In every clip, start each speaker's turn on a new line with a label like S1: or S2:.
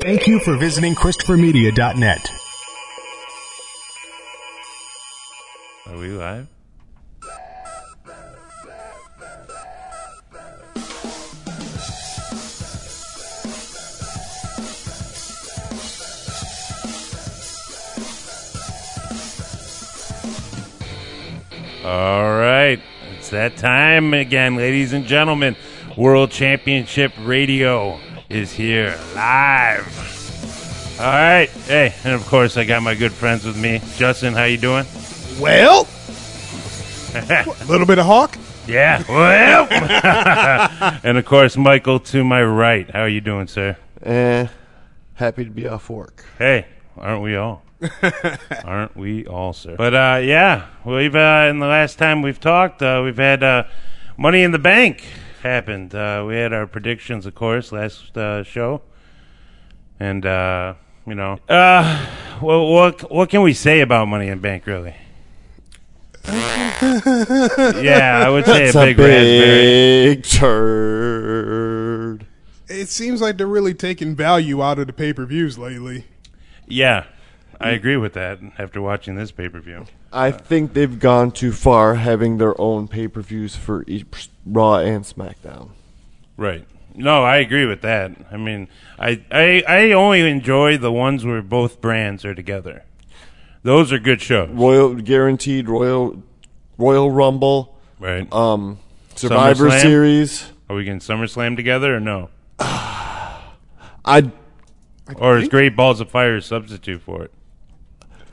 S1: Thank you for visiting ChristopherMedia.net.
S2: Are we live? All right. It's that time again, ladies and gentlemen. World Championship Radio is here live. All right. Hey, and of course I got my good friends with me. Justin, how you doing?
S3: Well, a little bit of Hawk.
S2: Yeah. Well. and of course Michael to my right. How are you doing, sir?
S4: Eh, happy to be off work.
S2: Hey, aren't we all? aren't we all, sir? But uh, yeah, we've uh, in the last time we've talked, uh, we've had uh, Money in the Bank happened. Uh, we had our predictions, of course, last uh, show, and uh, you know, uh, well, what what can we say about Money in the Bank, really? yeah, I would say
S4: It's
S2: a big, raspberry.
S4: turd.
S3: It seems like they're really taking value out of the pay per views lately.
S2: Yeah, I
S4: Mm.
S2: agree with that. After watching this pay per view.
S4: I think they've gone too far having their own pay per views for each Raw and SmackDown.
S2: Right. No, I agree with that. I mean, I, I I only enjoy the ones where both brands are together. Those are good shows.
S4: Royal guaranteed Royal Royal Rumble,
S2: Right.
S4: um, Survivor
S2: SummerSlam?
S4: Series.
S2: are we getting SummerSlam together or no?
S4: I
S2: Or is Great Balls of Fire a substitute for it?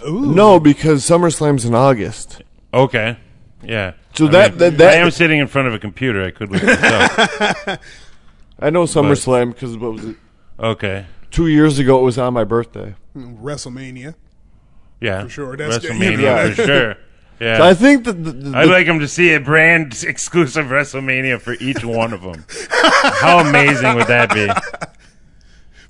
S3: Ooh,
S4: no because SummerSlam's in August.
S2: Okay. Yeah.
S4: So
S2: I
S4: that-
S2: mean,
S4: that- that-
S2: I am sitting in front of a computer. I could look this up.
S4: I know SummerSlam because what was it?
S2: Okay.
S4: Two years ago, it was on my birthday.
S3: WrestleMania.
S2: Yeah. For
S3: sure. That's-
S2: WrestleMania
S4: yeah.
S2: for sure. Yeah.
S4: So I think that the, the,
S2: I'd like them to see a brand exclusive WrestleMania for each one of them. How amazing would that be?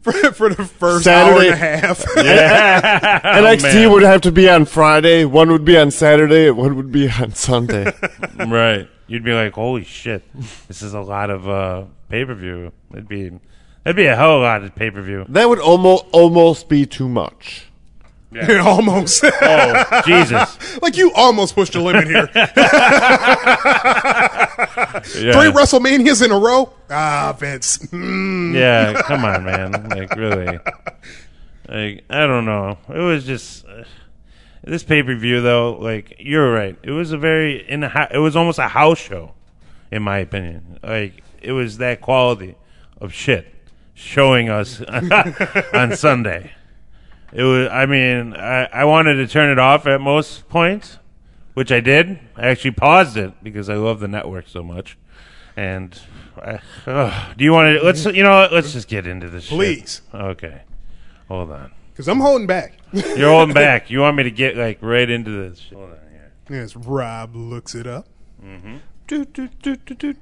S3: For, for the first hour
S4: Saturday.
S3: and a half.
S2: Yeah. Oh,
S4: NXT
S2: man.
S4: would have to be on Friday. One would be on Saturday. and One would be on Sunday.
S2: right. You'd be like, holy shit, this is a lot of uh, pay per view. It'd be that'd be a hell of a lot of pay per view.
S4: that would almost almost be too much.
S3: almost.
S2: Oh Jesus!
S3: like you almost pushed the limit here.
S2: Yeah.
S3: Three WrestleManias in a row. Ah, Vince. Mm.
S2: yeah, come on, man. Like really, like I don't know. It was just uh, this pay per view though. Like you're right. It was a very in a, hou- it was almost a house show, in my opinion. Like it was that quality of shit showing us on Sunday. It was. I mean, I, I wanted to turn it off at most points, which I did. I actually paused it because I love the network so much. And I, ugh. do you want to? Let's. You know, what, let's just get into this. shit.
S3: Please.
S2: Okay. Hold on.
S3: Because I'm holding back.
S2: You're holding back. You want me to get like right into this? shit. Hold on here.
S3: Yes, Rob looks it up.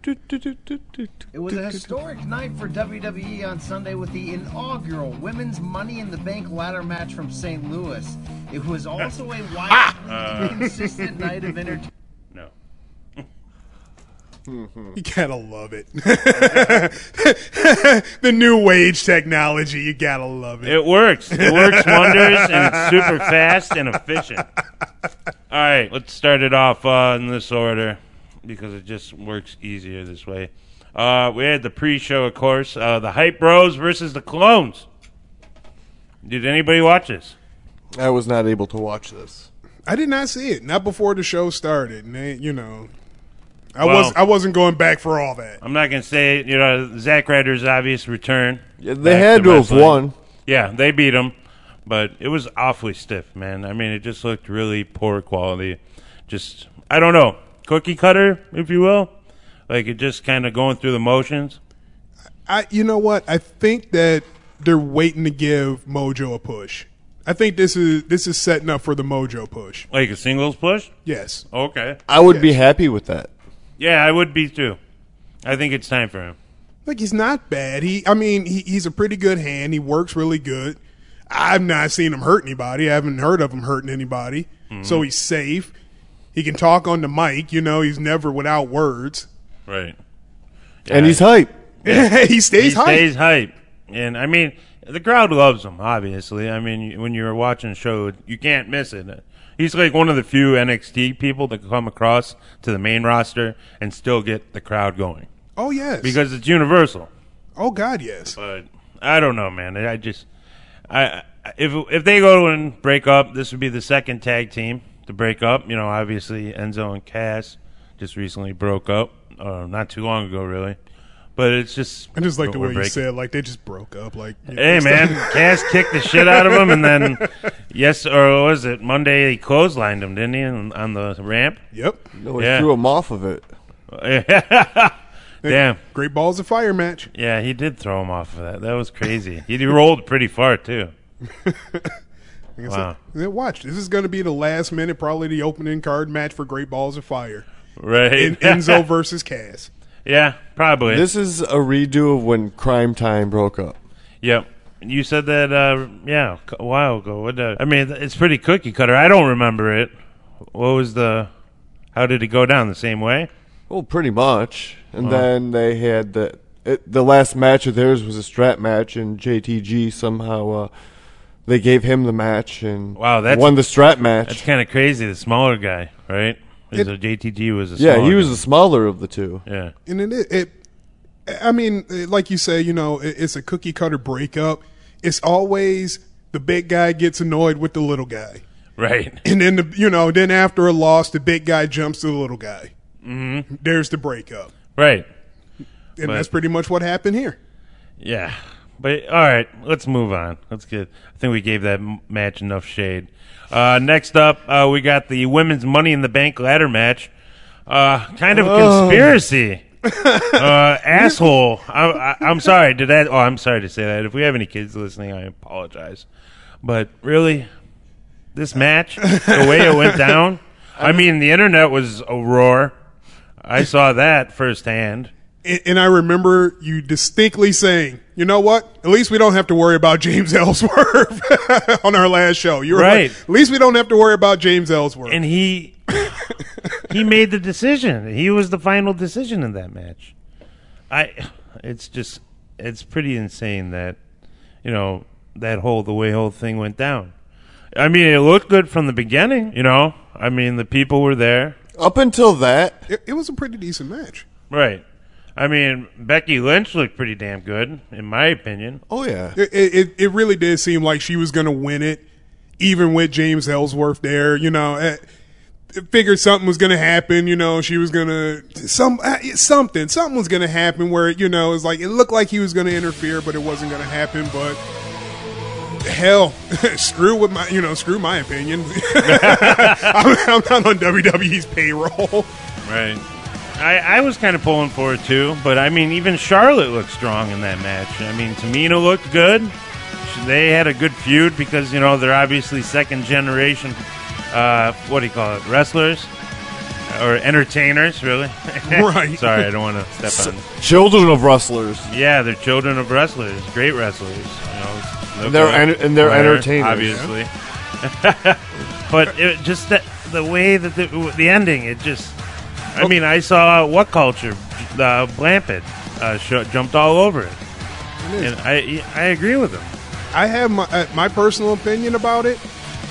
S5: It was a historic night for WWE on Sunday with the inaugural Women's Money in the Bank ladder match from St. Louis. It was also a wildly inconsistent night of entertainment.
S2: No.
S3: You gotta love it. the new wage technology. You gotta love it.
S2: It works. It works wonders and it's super fast and efficient. All right, let's start it off uh, in this order because it just works easier this way. Uh, we had the pre-show, of course, uh, the Hype Bros versus the Clones. Did anybody watch this?
S4: I was not able to watch this.
S3: I did not see it. Not before the show started. And they, you know, I
S2: Well-
S3: was I wasn't going back for all that.
S2: I'm not gonna say it. You know, Zack Ryder's obvious return.
S4: Yeah, they
S2: back
S4: had to have
S2: wrestling.
S4: won.
S2: Yeah, they beat him, but it was awfully stiff, man. I mean, it just looked really poor quality. Just I don't know, cookie cutter, if you will. Like it just kind of going through the motions.
S3: I you know what? I think that they're waiting to give Mojo a push. I think this is this is setting up for the Mojo push.
S2: Like a singles push.
S3: Yes.
S2: Okay.
S4: I would be happy with that.
S2: Yeah, I would be too. I think it's time for him.
S3: Like he's not bad. He I mean, he, he's a pretty good hand. He works really good. I've not seen him hurt anybody. I haven't heard of him hurting anybody.
S2: Mm-hmm.
S3: So he's safe. He can talk on the mic, you know, he's never without words.
S2: Right.
S4: And he's hype.
S3: he stays
S2: he
S3: hype.
S2: stays hype. And I mean, The crowd loves him, obviously. I mean, when you're watching a show, you can't miss it. He's like one of the few NXT people that come across to the main roster and still get the crowd going
S3: Oh yes.
S2: because it's universal.
S3: oh God, yes.
S2: But I don't know, man. I just, I I- if if they go and break up, this would be the second tag team to break up. You know, obviously Enzo and Cass just recently broke up, uh, not too long ago, really. But it's just
S3: I just like the
S2: we're
S3: way you
S2: breaking-
S3: said like they just broke up. Like you know,
S2: Hey
S3: it's
S2: man,
S3: not-
S2: Cass kicked the shit out of him, and then yes, or what was it Monday? He clotheslined him, didn't he, on, on the ramp?
S3: Yep.
S4: No, he
S2: Yeah.
S4: threw him off of it.
S2: Damn,
S3: Great balls of fire match.
S2: yeah, he did throw him off of that. That was crazy. He rolled pretty far too.
S3: Like I said,
S2: Wow.
S3: then watch. This is going to be the last minute, probably the opening card match for Great Balls of Fire.
S2: Right.
S3: En- Enzo versus Cass.
S2: yeah, probably.
S4: This is a redo of when Crime Time broke up.
S2: yep. You said that, uh, yeah, a while ago. What the, I mean, it's pretty cookie cutter. I don't remember it. What was the? How did it go down? The same way?
S4: Well, Oh, pretty much. And then they had the it, the last match of theirs was a strap match, and JTG somehow uh, they gave him the match and
S2: Wow, that's-
S4: won the strap match.
S2: That's kind of crazy. The smaller guy, right? Is a JTG was a
S4: yeah,
S2: smaller
S4: he was
S2: guy.
S4: the smaller of the two.
S2: yeah.
S3: And it, it, it I mean, it- like you say, you know, it, it's a cookie cutter breakup. It's always the big guy gets annoyed with the little guy.
S2: Right.
S3: And then, the, you know, then after a loss, the big guy jumps to the little guy. Mm-hmm. There's the breakup.
S2: Right.
S3: And
S2: But-
S3: that's pretty much what happened here.
S2: Yeah. But all right, let's move on. Let's get. I think we gave that m- match enough shade. Uh, next up, uh, we got the women's Money in the Bank ladder match. Uh, kind of a conspiracy. uh, asshole. I, I, I'm sorry. Did that? Oh, I'm sorry to say that. If we have any kids listening, I apologize. But really, this match, the way it went down. I mean, the internet was a roar. I saw that firsthand.
S3: And, and I remember you distinctly saying, you know what? At least we don't have to worry about James Ellsworth on our last show. You're
S2: Right.
S3: At least we don't have to worry about James Ellsworth.
S2: and he he made the decision. He was the final decision in that match. I it's just it's pretty insane that you know that whole the way whole thing went down. I mean, it looked good from the beginning, you know. I mean, the people were there.
S4: Up until that,
S3: it, it was a pretty decent match.
S2: Right. I mean, Becky Lynch looked pretty damn good in my opinion.
S4: oh yeah,
S3: It, it, it really did seem like she was going to win it, even with James Ellsworth there. You know, eh, it figured something was going to happen. You know, she was going to some eh, something something was going to happen where you know it's like it looked like he was going to interfere, but it wasn't going to happen. But hell, screw with my you know screw my opinion. I'm, I'm not on WWE's payroll.
S2: Right. I, I was kind of pulling for it too, but I mean, even Charlotte looked strong in that match. I mean, Tamina looked good. She- They had a good feud because you know they're obviously second generation. Uh, what do you call it? Wrestlers or entertainers, really?
S3: Right.
S2: Sorry, I don't want to step on.
S4: children of wrestlers.
S2: Yeah, they're children of wrestlers, great wrestlers. You know, no
S4: And they're
S2: good.
S4: en- and they're
S2: Flair,
S4: entertainers.
S2: obviously. but it, just the, the way that the, the ending, it just. I mean, I saw what culture, uh, Blampett, uh, sho jumped all over it, and I I agree with him.
S3: I have my uh, my personal opinion about it.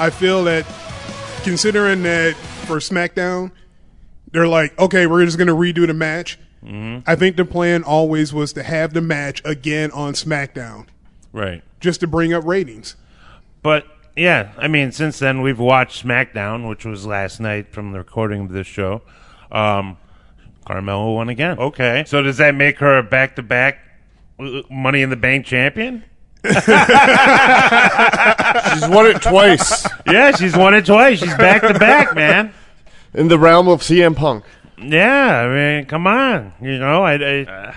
S3: I feel that considering that for SmackDown, they're like, okay, we're just gonna redo the match. I think the plan always was to have the match again on SmackDown
S2: Right.
S3: just to bring up ratings.
S2: But yeah, I mean, since then we've watched SmackDown, which was last night from the recording of this show. Um, Carmelo won again. Okay, so does that make her a back-to-back uh, Money in the Bank champion?
S4: She's won it twice
S2: Yeah, she's won it twice. She's back-to-back, man.
S4: in the realm of CM Punk.
S2: Yeah, I mean, come on. You know, I, I, uh,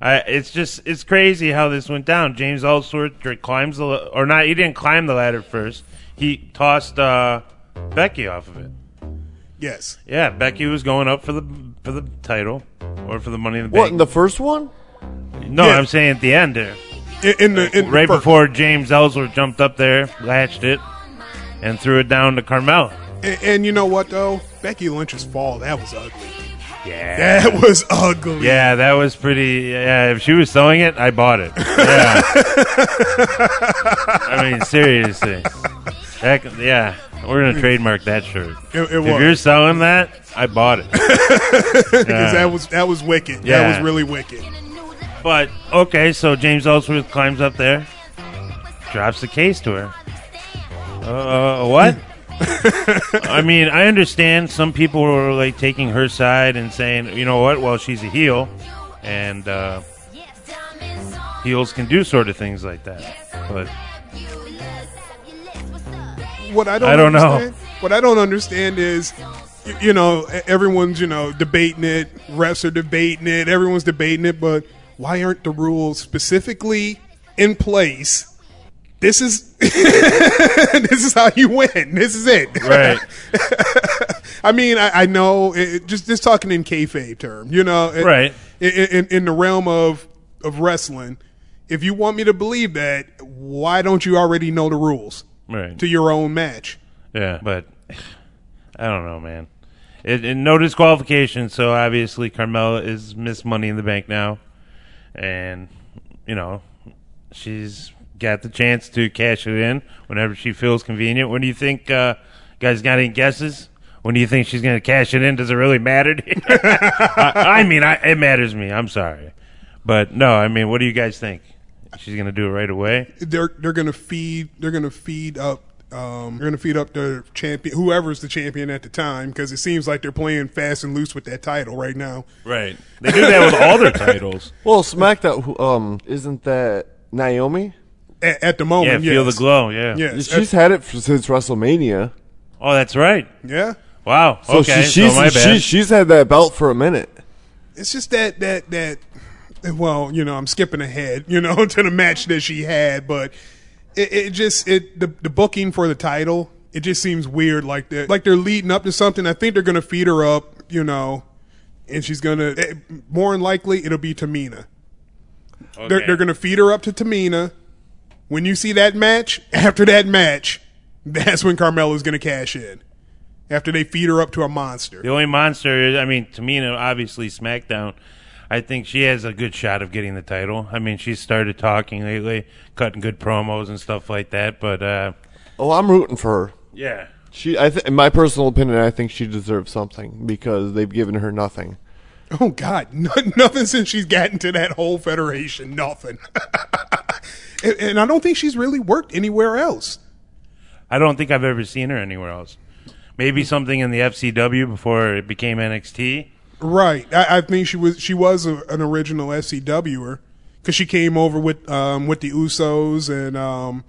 S2: I it's just it's crazy how this went down. James Ellsworth dr- climbs the la- or not? He didn't climb the ladder first. He tossed uh, Becky off of it.
S3: Yes,
S2: Yeah, Becky was going up for the for the title or for the Money in the
S4: What in
S2: Bank.
S4: the first one?
S2: no,
S3: Yeah.
S2: I'm saying at the end there,
S3: in, in the in the
S2: right
S3: first-
S2: before James Ellsworth jumped up there, latched it, and threw it down to Carmella.
S3: And, and you know what though, Becky Lynch's fall that was ugly.
S2: Yeah.
S3: That was ugly.
S2: Yeah, that was pretty. Yeah, if she was selling it, I bought it. Yeah. I mean, seriously. That, yeah, we're going to trademark that shirt.
S3: It- it
S2: if
S3: was.
S2: you're selling that, I bought it.
S3: because that was that was wicked.
S2: Yeah.
S3: That was really wicked.
S2: But, okay, so James Ellsworth climbs up there, drops the case to her. Uh, what? I mean, I understand some people were like taking her side and saying, you know what? Well, she's a heel, and uh, heels can do sort of things like that. But
S3: What I don't
S2: I don't know.
S3: understand, What I don't understand is, y- you know, e- everyone's you know debating it. Refs are debating it. Everyone's debating it. But why aren't the rules specifically in place? This is this is how you win. This is it.
S2: right,
S3: I mean, I, I know. It, it- just just talking in kayfabe term, you know, it-
S2: Right.
S3: i- i- In, in, the realm of of wrestling, if you want me to believe that, why don't you already know the rules
S2: right,
S3: to your own match?
S2: yeah. But I don't know, man. It, it, no disqualification, so obviously Carmella is Miss Money in the Bank now, and you know she's got the chance to cash it in whenever she feels convenient. When do you think, uh, guys, got any guesses? When do you think she's going to cash it in? Does it really matter? to you? I, I mean, I, it matters to me. I'm sorry, but no, I mean, what do you guys think? She's going to do it right away.
S3: They're they're gonna feed they're gonna feed up. Um, they're gonna feed up the champion, whoever's the champion at the time, because it seems like they're playing fast and loose with that title right now.
S2: Right. They do that with all their titles.
S4: Well, SmackDown. who- Um, isn't that Naomi?
S3: A- at the
S2: Yeah,
S3: moment,
S2: feel the
S3: yes.
S2: glow. Yeah.
S3: Yes,
S4: She's had it f- since WrestleMania.
S2: Oh, that's right.
S3: yeah.
S2: Wow.
S4: So
S2: okay.
S4: she, she's
S2: so my bad.
S4: she, she's had that belt for a minute.
S3: it's just that that that well you know i'm skipping ahead you know to the match that she had but it, it just it the, the booking for the title it just seems weird like they're like they're leading up to something i think they're gonna feed her up you know and she's gonna eh, more than likely it'll be tamina they're,
S2: Okay.
S3: they're gonna feed her up to tamina when you see that match after that match that's when carmella's gonna cash in after they feed her up to a monster
S2: The only monster is, I mean, Tamina, obviously, SmackDown. I think she has a good shot of getting the title. I mean, she's started talking lately, cutting good promos and stuff like that. But, uh,
S4: Oh, I'm rooting for her.
S2: yeah.
S4: She, I th- in my personal opinion, I think she deserves something because they've given her nothing.
S3: Oh God, no, nothing since she's gotten to that whole federation. Nothing, and, and I don't think she's really worked anywhere else.
S2: I don't think I've ever seen her anywhere else. Maybe something in the FCW before it became NXT.
S3: Right, I, I think she was she was a, an original SCWer because she came over with um, with the Usos and um,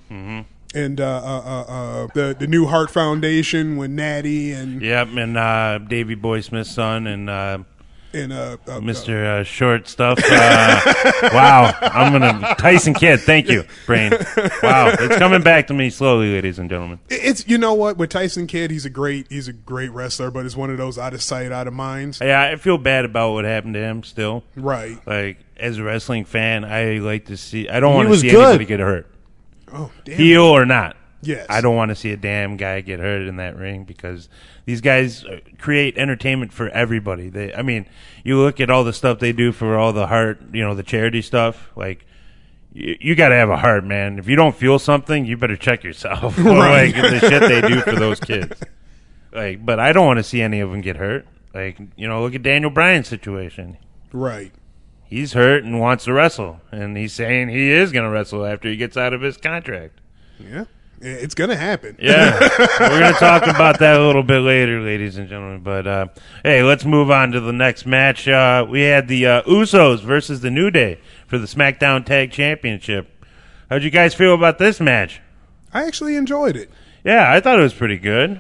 S3: and uh, uh, uh, uh, the the New Heart Foundation when Natty and
S2: Yep. And uh, Davey Boy Smith's son and uh,
S3: and uh, uh,
S2: Mr. Uh, Short Stuff. Uh, wow. I'm going to. Tyson Kidd. Thank you, Brain. Wow. It's coming back to me slowly, ladies and gentlemen.
S3: It's you know what with Tyson Kidd, he's a great he's a great wrestler, but it's one of those out of sight, out of mind.
S2: Yeah, I feel bad about what happened to him still.
S3: Right.
S2: Like, as a wrestling fan, I like to see. I don't want to
S4: was
S2: see
S4: good.
S2: anybody get hurt.
S3: Oh damn.
S2: Heel or not.
S3: Yes.
S2: I don't want to see a damn guy get hurt in that ring because these guys uh, create entertainment for everybody. They, I mean, you look at all the stuff they do for all the heart, you know, the charity stuff. Like, you, you got to have a heart, man. If you don't feel something, you better check yourself.
S3: Right.
S2: like the shit they do for those kids. Like, but I don't want to see any of them get hurt. Like, you know, look at Daniel Bryan's situation
S3: Right.
S2: he's hurt and wants to wrestle, and he's saying he is going to wrestle after he gets out of his contract.
S3: Yeah. Yeah, It's gonna happen.
S2: Yeah, we're going to talk about that a little bit later, ladies and gentlemen. But uh, hey, let's move on to the next match. Uh, we had the uh, Usos versus the New Day for the SmackDown Tag Championship. How'd you guys feel about this match?
S3: I actually enjoyed it
S2: Yeah, I thought it was pretty good.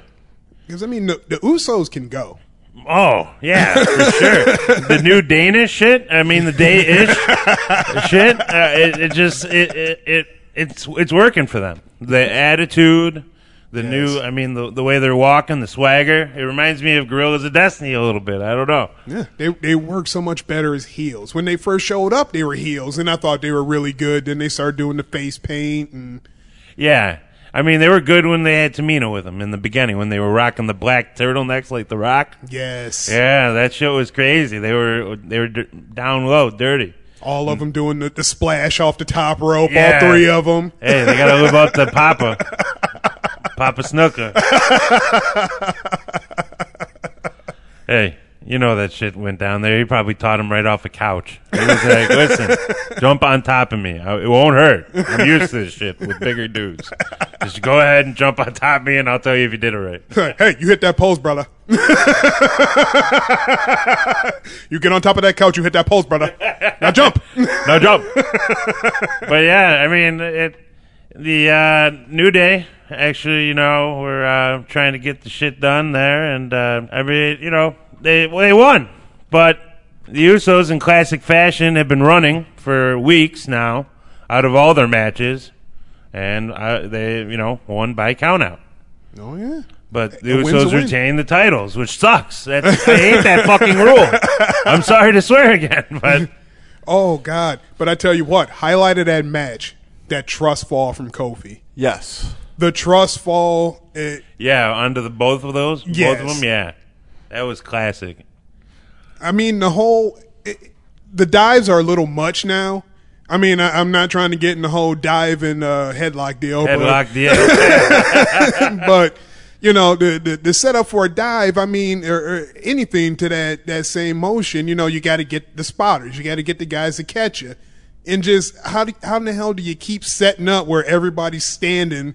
S3: because I mean the, the Usos can go.
S2: Oh yeah, for sure. the new Danish shit. I mean, the day ish shit. Uh, it, it just it, it it it's it's working for them. The attitude, the new. I mean, the the way they're walking, the swagger. It reminds me of Gorillas of Destiny a little bit. I don't know.
S3: Yeah, they they work so much better as heels. When they first showed up, they were heels, and I thought they were really good. Then they started doing the face paint, and
S2: Yeah. I mean, they were good when they had Tamina with them in the beginning when they were rocking the black turtlenecks like The Rock.
S3: Yes.
S2: Yeah, that shit was crazy. They were they were d- down low, dirty.
S3: All of them doing the, the splash off the top rope.
S2: Yeah.
S3: All three of them.
S2: Hey, they gotta live up to Papa, Papa Snooker. hey, you know that shit went down there. He probably taught him right off a couch. He was like, "Listen, jump on top of me. I- It won't hurt. I'm used to this shit with bigger dudes. Just go ahead and jump on top of me, and I'll tell you if you did it right."
S3: hey, you hit that post, brother. you get on top of that couch. You hit that post, brother. Now jump.
S2: No jump. but yeah, I mean, it. The uh, new day, actually, you know, we're uh, trying to get the shit done there, and uh, I mean, you know, they well, they won, but the Usos, in classic fashion, have been running for weeks now, out of all their matches, and uh, they, you know, won by countout.
S3: oh yeah.
S2: But the
S3: A win's a
S2: Usos
S3: win.
S2: retain the titles, which sucks. That's, I hate that fucking rule. I'm sorry to swear again, but
S3: Oh God. But I tell you what, highlight of that match, that trust fall from Kofi.
S4: Yes.
S3: The trust fall. It,
S2: Yeah, under the both of those, both of
S3: Yes.
S2: them. Yeah, that was classic.
S3: I mean, the whole it, the dives are a little much now. I mean, I, I'm not trying to get in the whole dive and uh, headlock deal, but-
S2: Headlock, yeah,
S3: but you know the, the the setup for a dive i mean or, or anything to that that same motion you know you got to get the spotters you got to get the guys to catch you and just how do, how in the hell do you keep setting up where everybody's standing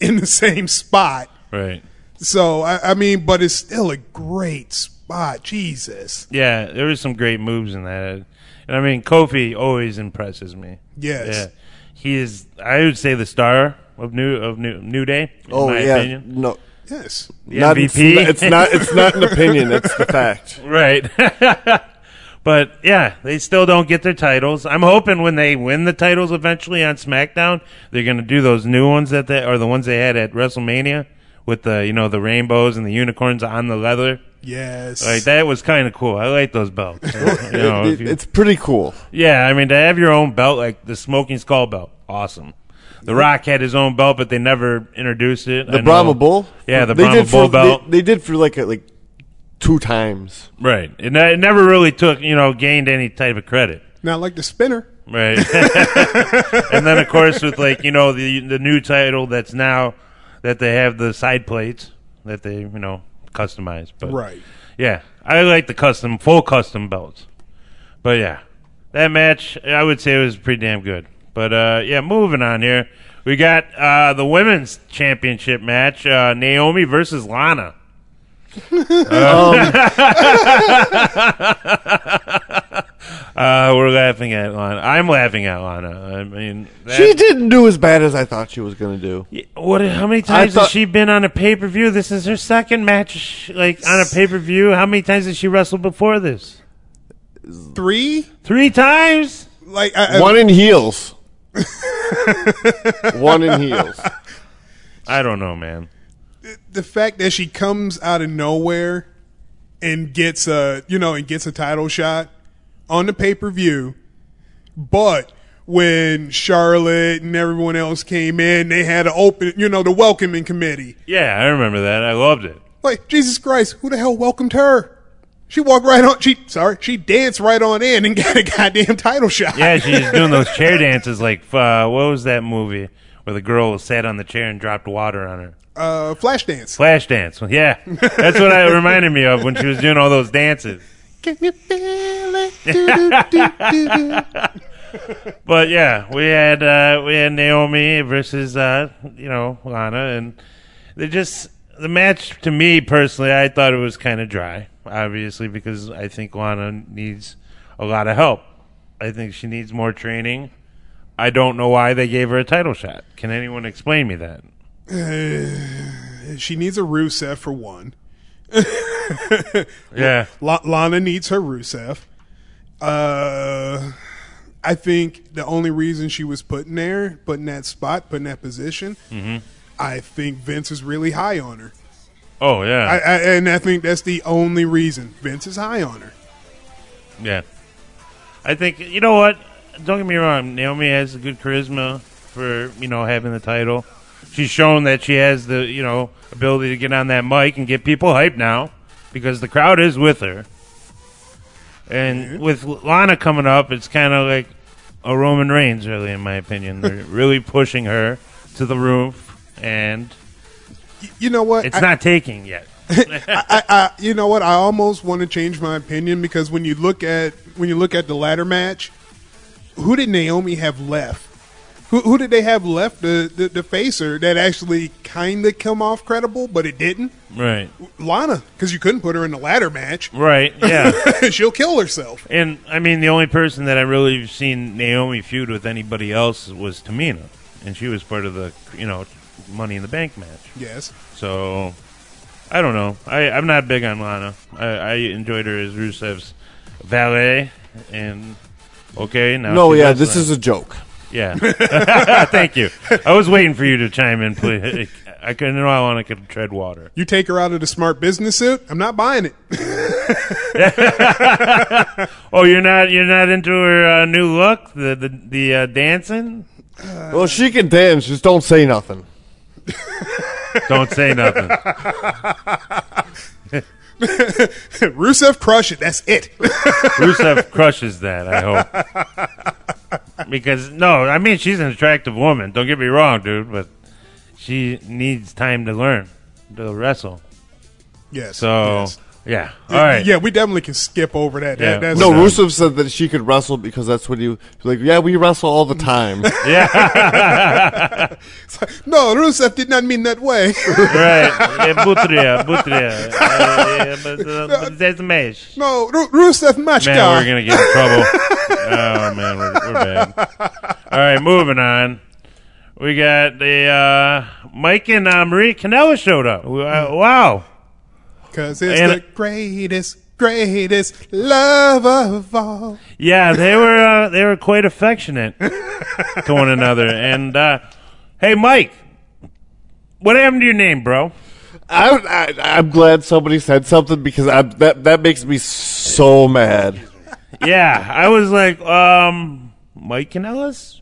S3: in the same spot
S2: right.
S3: so i, I mean but it's still a great spot jesus
S2: Yeah, there was some great moves in that, and I mean Kofi always impresses me.
S3: Yes.
S2: yeah, he is. I would say the star of new of new new day. In
S4: Oh
S2: my
S4: yeah.
S2: opinion.
S4: No.
S3: yes
S4: Not, it's,
S2: MVP?
S4: not, it's not. It's not an opinion. It's the fact.
S2: right. But yeah, they still don't get their titles. I'm hoping when they win the titles eventually on SmackDown, they're going to do those new ones that they or the ones they had at WrestleMania with the you know the rainbows and the unicorns on the leather.
S3: yes
S2: Like that was kind of cool. I like those belts. You know,
S4: It-
S2: if you-
S4: it's pretty cool.
S2: yeah, I mean to have your own belt, like the Smoking Skull belt, awesome. The Rock had his own belt, but they never introduced it. I
S4: The
S2: know-
S4: Brahma Bull.
S2: Yeah, the
S4: They
S2: Brahma
S4: did for-
S2: Bull belt.
S4: They, they did for like a, like two times.
S2: right. It, ne- it never really took, you know, gained any type of credit.
S3: not like the spinner
S2: Right. and then of course with like, you know, the the new title that's now that they have the side plates that they, you know, customize. But
S3: right
S2: Yeah. I like the custom full custom belts. But yeah. That match I would say was pretty damn good. But uh yeah, moving on here. We got uh the women's championship match, uh Naomi versus Lana.
S4: Um.
S2: Uh, we're laughing at Lana. I'm laughing at Lana. I mean, that-
S4: She didn't do as bad as I thought she was going to do.
S2: Yeah, What? How many times has
S4: thought-
S2: she been on a pay per view? This is her second match, like on a pay per view. How many times has she wrestled before this?
S3: three
S2: Three times.
S3: like I, I-
S4: One in heels. One in heels.
S2: I don't know, man.
S3: the fact that she comes out of nowhere and gets a you know and gets a title shot on the pay per view, but when Charlotte and everyone else came in, they had an open you know the welcoming committee.
S2: Yeah, I remember that. I loved it.
S3: Like Jesus Christ, who the hell welcomed her? She walked right on. She sorry, she danced right on in and got a goddamn title shot.
S2: Yeah, she's doing those chair dances. Like, uh, what was that movie where the girl sat on the chair and dropped water on her?
S3: Uh, flash dance.
S2: Flash dance. Yeah, that's what I it reminded me of when she was doing all those dances.
S3: Can you feel it? Do-do-do-do-do.
S2: But yeah, we had uh, we had Naomi versus uh, you know Lana, and they just the match to me personally, I thought it was kind of dry, obviously because I think Lana needs a lot of help. I think she needs more training. I don't know why they gave her a title shot. Can anyone explain me that?
S3: she needs a Rusev for one.
S2: Yeah,
S3: La- Lana needs her Rusev. Uh, I think the only reason she was put in there, put in that spot, put in that position,
S2: Mm-hmm.
S3: I think Vince is really high on her.
S2: Oh
S3: I,
S2: yeah,
S3: I, and I think that's the only reason Vince is high on her.
S2: yeah. I think you know what. Don't get me wrong. Naomi has a good charisma for you know having the title, she's shown that she has the you know ability to get on that mic and get people hyped now because the crowd is with her. And with Lana coming up, it's kind of like a Roman Reigns, really, in my opinion. They're really pushing her to the roof, and
S3: You know what?
S2: it's
S3: I-
S2: not taking yet.
S3: I, I, you know what? I almost want to change my opinion because when you look at when you look at the ladder match, who did Naomi have left? Who, who did they have left to, to, to face her that actually kind of come off credible, but it didn't?
S2: Right.
S3: Lana, because you couldn't put her in the ladder match.
S2: Right. Yeah.
S3: She'll kill herself.
S2: And I mean, the only person that I really have seen Naomi feud with anybody else was Tamina, and she was part of the you know Money in the Bank match.
S3: Yes.
S2: So I don't know. I, I'm not big on Lana. I, I enjoyed her as Rusev's valet, and okay, now
S4: No,
S2: she
S4: yeah,
S2: does
S4: this
S2: that.
S4: is a joke.
S2: yeah. Thank you. I was waiting for you to chime in, please. I couldn't know how long I could tread water.
S3: You take her out of the smart business suit. I'm not buying it.
S2: Oh, you're not you're not into her uh, new look, the the the uh, dancing.
S4: well, she can dance, just don't say nothing.
S2: Don't say nothing.
S3: Rusev crush it. That's it.
S2: Rusev crushes that. I hope because no, I mean she's an attractive woman. Don't get me wrong, dude, but she needs time to learn to wrestle.
S3: yes.
S2: So
S3: yes.
S2: yeah, all right,
S3: Yeah, we definitely can skip over that. That-
S2: Yeah.
S3: that's
S4: No,
S2: Done.
S4: Rusev said that she could wrestle because that's what you like. Yeah, we wrestle all the time.
S3: no, Rusev did not mean that way.
S2: right. Yeah, Butria, Butria. Uh, yeah, but, uh, but that's a match.
S3: No, Ru- Rusev Machka.
S2: Man, we're gonna get in trouble. oh man, we're, we're bad. All right, moving on. We got the uh, Mike and uh, Marie Canella showed up. Wow. wow.
S3: Cause it's
S2: And-
S3: the greatest, greatest love of all.
S2: Yeah, they were uh, they were quite affectionate to one another. And uh, hey, Mike, what happened to your name, bro?
S4: I, I, I'm glad somebody said something because I, that that makes me so mad.
S2: Yeah, I was like, um, Mike Canellis.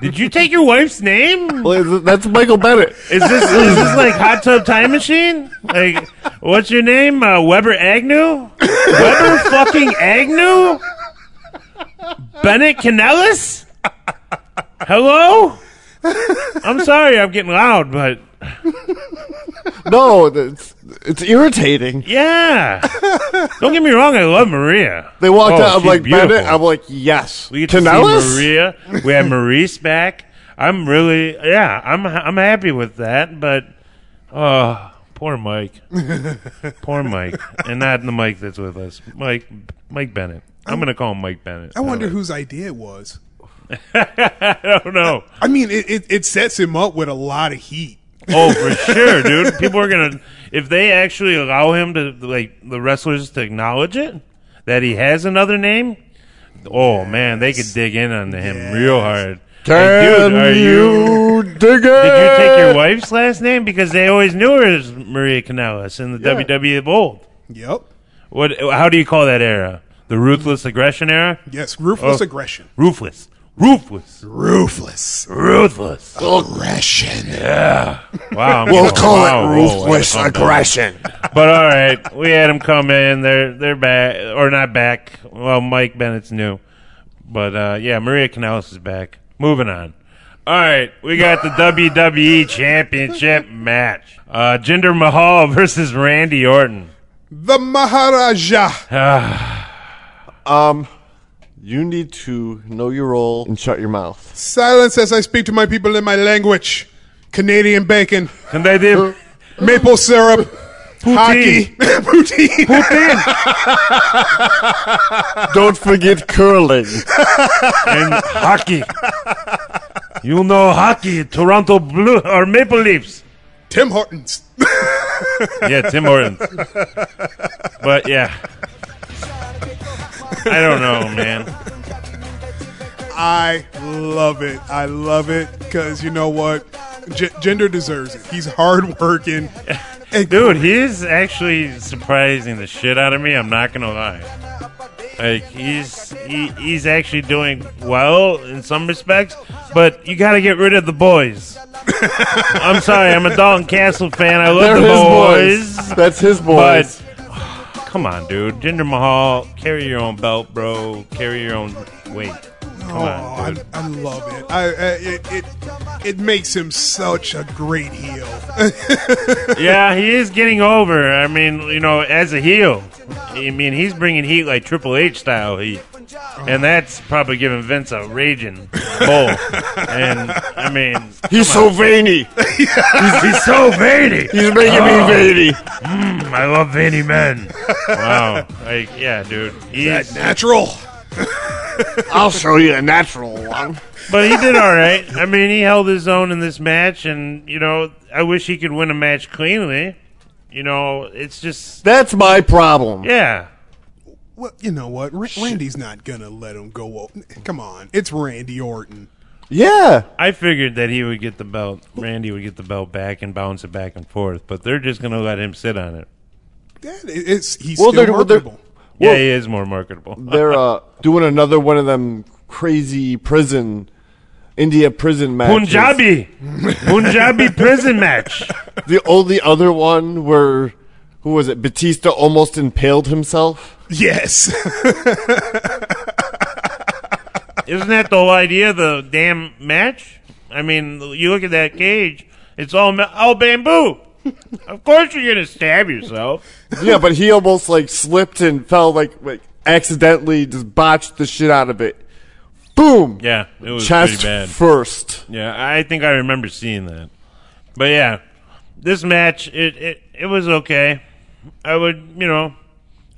S2: Did you take your wife's name?
S4: Well, That's Michael Bennett.
S2: Is this is this like Hot Tub Time Machine? Like, what's your name? Uh, Weber Agnew? Weber fucking Agnew? Bennett Canellis? Hello? I'm sorry, I'm getting loud, but
S4: No, it's it's irritating.
S2: Yeah. Don't get me wrong. I love Maria.
S4: They walked
S2: Oh,
S4: out. I'm
S2: she's
S4: like Bennett.
S2: beautiful.
S4: I'm like yes.
S2: we get to
S4: Kanellis?
S2: see Maria. We have Maurice back. I'm really, yeah, I'm I'm happy with that. But, oh, poor Mike. poor Mike, and not the Mike that's with us. Mike, Mike Bennett. I'm gonna call him Mike Bennett.
S3: I wonder whose idea it was.
S2: I don't know.
S3: I mean, it, it, it sets him up with a lot of heat.
S2: Oh, for sure, dude. People are gonna if they actually allow him to like the wrestlers to acknowledge it that he has another name. Oh man, they could dig in on him real hard. Like,
S4: Can
S2: dude, are you?
S4: you dig
S2: Did
S4: it?
S2: you take your wife's last name because they always knew her as Maria Canellas in the WWE of old?
S3: Yep.
S2: What? How do you call that era? The ruthless aggression era.
S3: Yes, ruthless
S2: Oh.
S3: aggression.
S2: Ruthless. Ruthless.
S3: Ruthless
S2: Ruthless.
S3: aggression.
S2: Wow.
S4: We'll call
S2: Wow,
S4: it
S2: whoa,
S4: ruthless
S2: that's something.
S4: aggression.
S2: But all right, we had them come in. They're they're back or not back. Well, Mike Bennett's new, but uh, yeah, Maria Canales is back. Moving on. All right, we got the WWE Championship match: uh, Jinder Mahal versus Randy Orton.
S3: The Maharaja.
S4: Um, you need to know your role and shut your mouth.
S3: Silence as I speak to my people in my language. Canadian bacon,
S2: And they did.
S3: maple syrup, hockey, poutine.
S4: Don't forget curling.
S2: and hockey. You know hockey, Toronto Blue or Maple Leafs.
S3: Tim Hortons.
S2: Yeah, Tim Hortons. But yeah, I don't know, man.
S3: I love it. I love it because you know what? G- gender deserves it. He's hardworking. And oh,
S2: Dude, he's actually surprising the shit out of me. I'm not gonna lie. Like he's he, he's actually doing well in some respects, but you got to get rid of the boys. I'm sorry, I'm a Dalton Castle fan. I
S4: They're
S2: love the
S4: his boys.
S2: boys.
S4: That's his boys.
S2: But come on, dude. Jinder Mahal, carry your own belt, bro. Carry your own weight. Come
S3: Oh,
S2: on,
S3: I,
S2: dude.
S3: I love it. I, I it, it it makes him such a great heel.
S2: yeah, he is getting over. I mean, you know, as a heel, I mean, he's bringing heat like Triple H style heat, and that's probably giving Vince a raging bull. and I mean,
S4: He's so veiny.
S2: he's so veiny.
S4: He's making
S2: Oh.
S4: me veiny.
S2: I love veiny men. wow, like yeah, dude. He's,
S3: Natural.
S4: I'll show you a natural one.
S2: but he did all right. I mean, he held his own in this match, and you know, I wish he could win a match cleanly. You know, it's just
S4: That's my problem.
S2: yeah.
S3: Well, you know what? Ra- Randy's not gonna let him go. o- Come on, it's Randy Orton.
S4: Yeah.
S2: I figured that he would get the belt. Randy would get the belt back and bounce it back and forth, but they're just going to let him sit on it.
S3: That is, it's he's
S4: Well,
S3: still
S4: they're- well, they're-
S3: marketable.
S2: yeah, he is more marketable.
S4: They're uh, doing another one of them crazy prison, India prison matches.
S2: Punjabi, Punjabi prison match.
S4: The only other one where, who was it? Batista almost impaled himself.
S3: Yes.
S2: Isn't that the whole idea of the damn match? I mean, you look at that cage; it's all ma- all bamboo. Of course, you're going to stab yourself.
S4: yeah, but he almost like slipped and fell like like accidentally just botched the shit out of it. Boom.
S2: Yeah, it was
S4: Chest
S2: pretty bad.
S4: first.
S2: Yeah, I think I remember seeing that. But yeah, this match it it, it was okay. I would you know,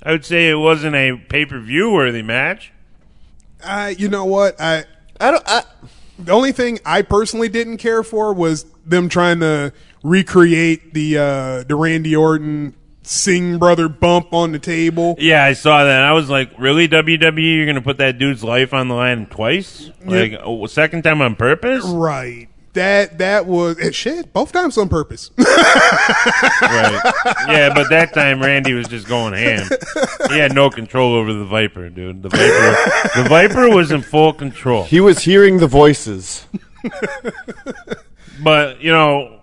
S2: I would say it wasn't a pay per view worthy match.
S3: I, you know what? I
S4: I don't. I,
S3: the only thing I personally didn't care for was them trying to recreate the uh, the Randy Orton Sing brother bump on the table.
S2: Yeah, I saw that. and I was like, really WWE, you're gonna put that dude's life on the line twice, like oh, second time on purpose,
S3: Right. That that was eh, shit. Both times on purpose.
S2: right? Yeah, but that time Randy was just going ham. He had no control over the Viper, dude. The Viper, the Viper was in full control.
S4: he was hearing the voices.
S2: But you know,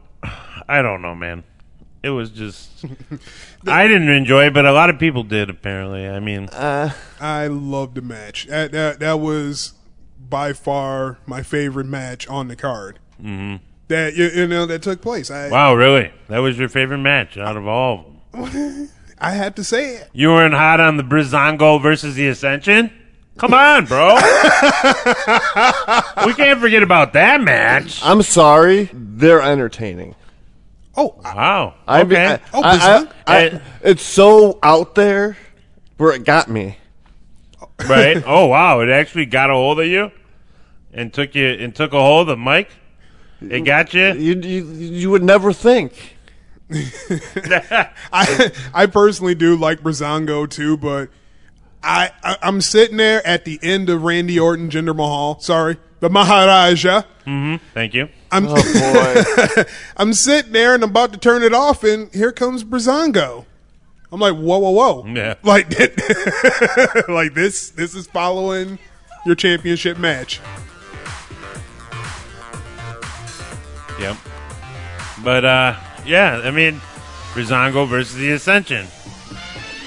S2: I don't know, man. It was just I didn't enjoy it, but a lot of people did. Apparently, I mean,
S4: Uh,
S3: I loved the match. That, that that was by far my favorite match on the card. Mm-hmm. That you, you know that took place. I
S2: wow, really? That was your favorite match out of all of them.
S3: I had to say it.
S2: You weren't hot on the Brizongo versus the Ascension. Come on, bro. we can't forget about that match.
S4: I'm sorry. They're entertaining.
S3: Oh, I,
S2: Wow.
S4: I mean,
S2: okay.
S4: I,
S3: Oh,
S4: I,
S3: Bizarre?
S4: I-
S2: Eh.
S4: it's so out there where it got me.
S2: right. Oh wow. It actually got a hold of you and took you and took a hold of Mike. It got you.
S4: You you, you would never think.
S3: I I personally do like Brazongo too, but I, I I'm sitting there at the end of Randy Orton, Jinder Mahal. Sorry, the Maharaja.
S2: Thank you.
S3: I'm
S4: Oh
S3: I'm sitting there and I'm about to turn it off, and here comes Brazongo. I'm like, whoa, whoa, whoa!
S2: Yeah.
S3: like that, like this. This is following your championship match.
S2: Yep. But uh, yeah, I mean, Brizongo versus the Ascension.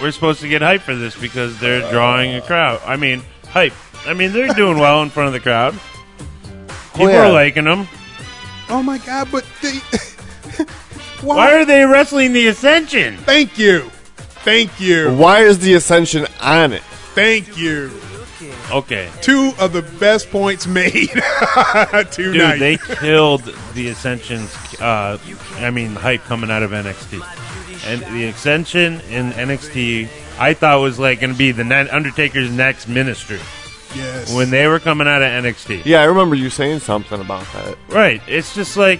S2: We're supposed to get hype for this because they're drawing a crowd. I mean, hype. I mean, they're doing well in front of the crowd. People
S4: yeah.
S2: are liking them.
S3: Oh my god! But they, why?
S2: Why are they wrestling the Ascension?
S3: thank you, thank
S4: boy.
S3: you,
S4: Why is the ascension on it?
S3: thank you.
S2: Okay,
S3: Two of the best points made tonight.
S2: dude, they killed the Ascension's. Uh, I mean, hype coming out of NXT, and the Ascension in NXT, I thought was like going to be the ne- Undertaker's next ministry
S3: yes.
S2: when they were coming out of NXT.
S4: Yeah, I remember you saying something about that.
S2: Right. It's just like,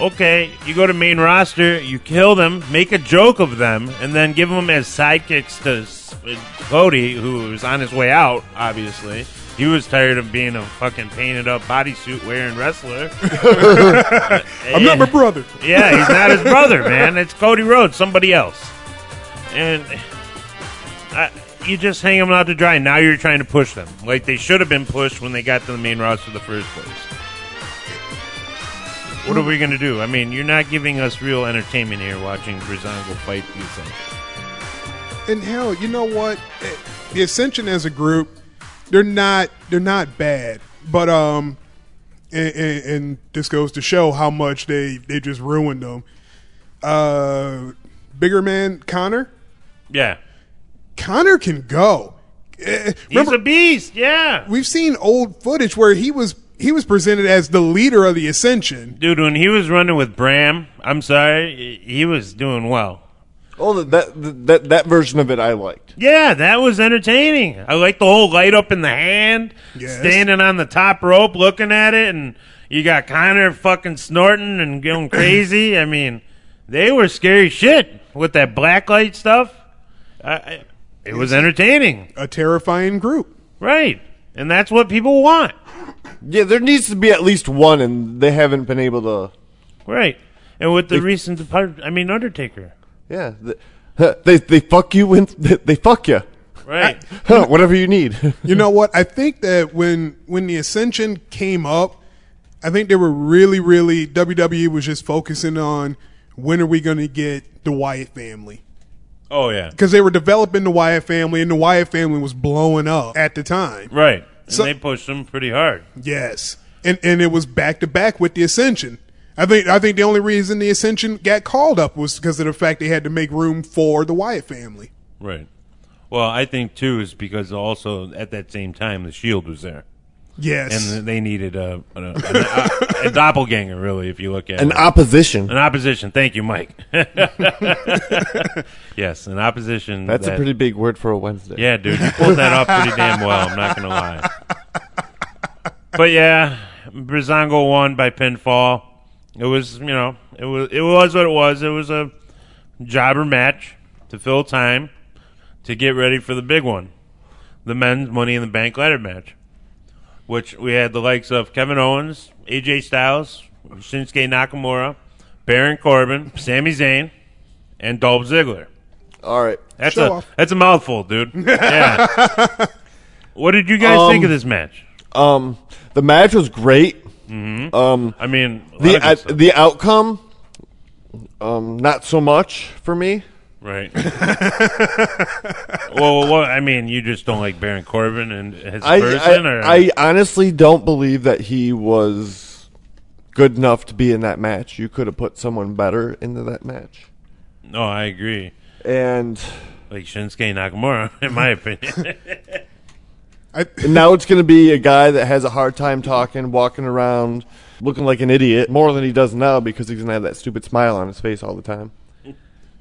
S2: okay, you go to main roster, you kill them, make a joke of them, and then give them as sidekicks to S- Cody, who was on his way out, obviously. He was tired of being a fucking painted up bodysuit wearing wrestler.
S3: I'm not my brother.
S2: Yeah, he's not his brother, man. It's Cody Rhodes, somebody else. And I, you just hang them out to dry. Now you're trying to push them like they should have been pushed when they got to the main roster in the first place. What are we going to do? I mean, you're not giving us real entertainment here watching Brizongo fight these things.
S3: and hell, you know what? Eh, The Ascension as a group, they're not they're not bad, but um, and, and, and this goes to show how much they they just ruined them. Uh, bigger man Connor,
S2: Yeah.
S3: Connor can go. Eh,
S2: He's a beast. Yeah.
S3: we've seen old footage where he was he was presented as the leader of the Ascension.
S2: Dude, when he was running with Bram, I'm sorry, he was doing well.
S4: Oh, that that that version of it I liked.
S2: Yeah, that was entertaining. I like the whole light up in the hand,
S3: Yes.
S2: standing on the top rope, looking at it, and you got Connor fucking snorting and going crazy. I mean, they were scary shit with that black light stuff. I, I, it was entertaining,
S3: A terrifying group.
S2: right? And that's what people want,
S4: Yeah, there needs to be at least one, and they haven't been able to.
S2: right? And with the recent depart, I mean Undertaker,
S4: Yeah, they they, they fuck you when they fuck you.
S2: right?
S4: Huh, whatever you need.
S3: You know what? I think that when when the Ascension came up, I think they were really, really WWE was just focusing on when are we going to get the Wyatt family
S2: oh yeah,
S3: because they were developing the Wyatt family, and the Wyatt family was blowing up at the time.
S2: right. And
S3: So-
S2: they pushed them pretty hard.
S3: Yes, and and it was back to back with the Ascension. I think I think the only reason the Ascension got called up was because of the fact they had to make room for the Wyatt family.
S2: Right. Well, I think too is because also at that same time the Shield was there, and
S3: Yes,
S2: they needed a a, a, a doppelganger, really, if you look at
S4: An
S2: it.
S4: opposition.
S2: an opposition. Thank you, Mike. yes, an opposition.
S4: That's
S2: that-
S4: a pretty big word for a Wednesday.
S2: Yeah, dude, you pulled that off pretty damn well. I'm not gonna lie. But yeah, Brizongo won by pinfall. It was, you know, it was it was what it was. It was a jobber match to fill time to get ready for the big one, the men's Money in the Bank ladder match, which we had the likes of Kevin Owens, AJ Styles, Shinsuke Nakamura, Baron Corbin, Sami Zayn, and Dolph Ziggler.
S4: All right.
S2: That's
S3: Show
S2: a
S3: off.
S2: that's a mouthful, dude. Yeah. what did you guys
S4: Um,
S2: think of this match?
S4: Um, the match was great.
S2: I mean, a lot
S4: The
S2: of good
S4: uh,
S2: stuff.
S4: the outcome, um, not so much for me.
S2: right. well, well, what- I mean, you just don't like Baron Corbin and his
S4: I
S2: person, or
S4: I, I honestly don't believe that he was good enough to be in that match. You could have put someone better into that match.
S2: no, I agree.
S4: And
S2: Like Shinsuke Nakamura, in my opinion.
S4: and now it's going to be a guy that has a hard time talking, walking around, looking like an idiot more than he does now because he's going to have that stupid smile on his face all the time.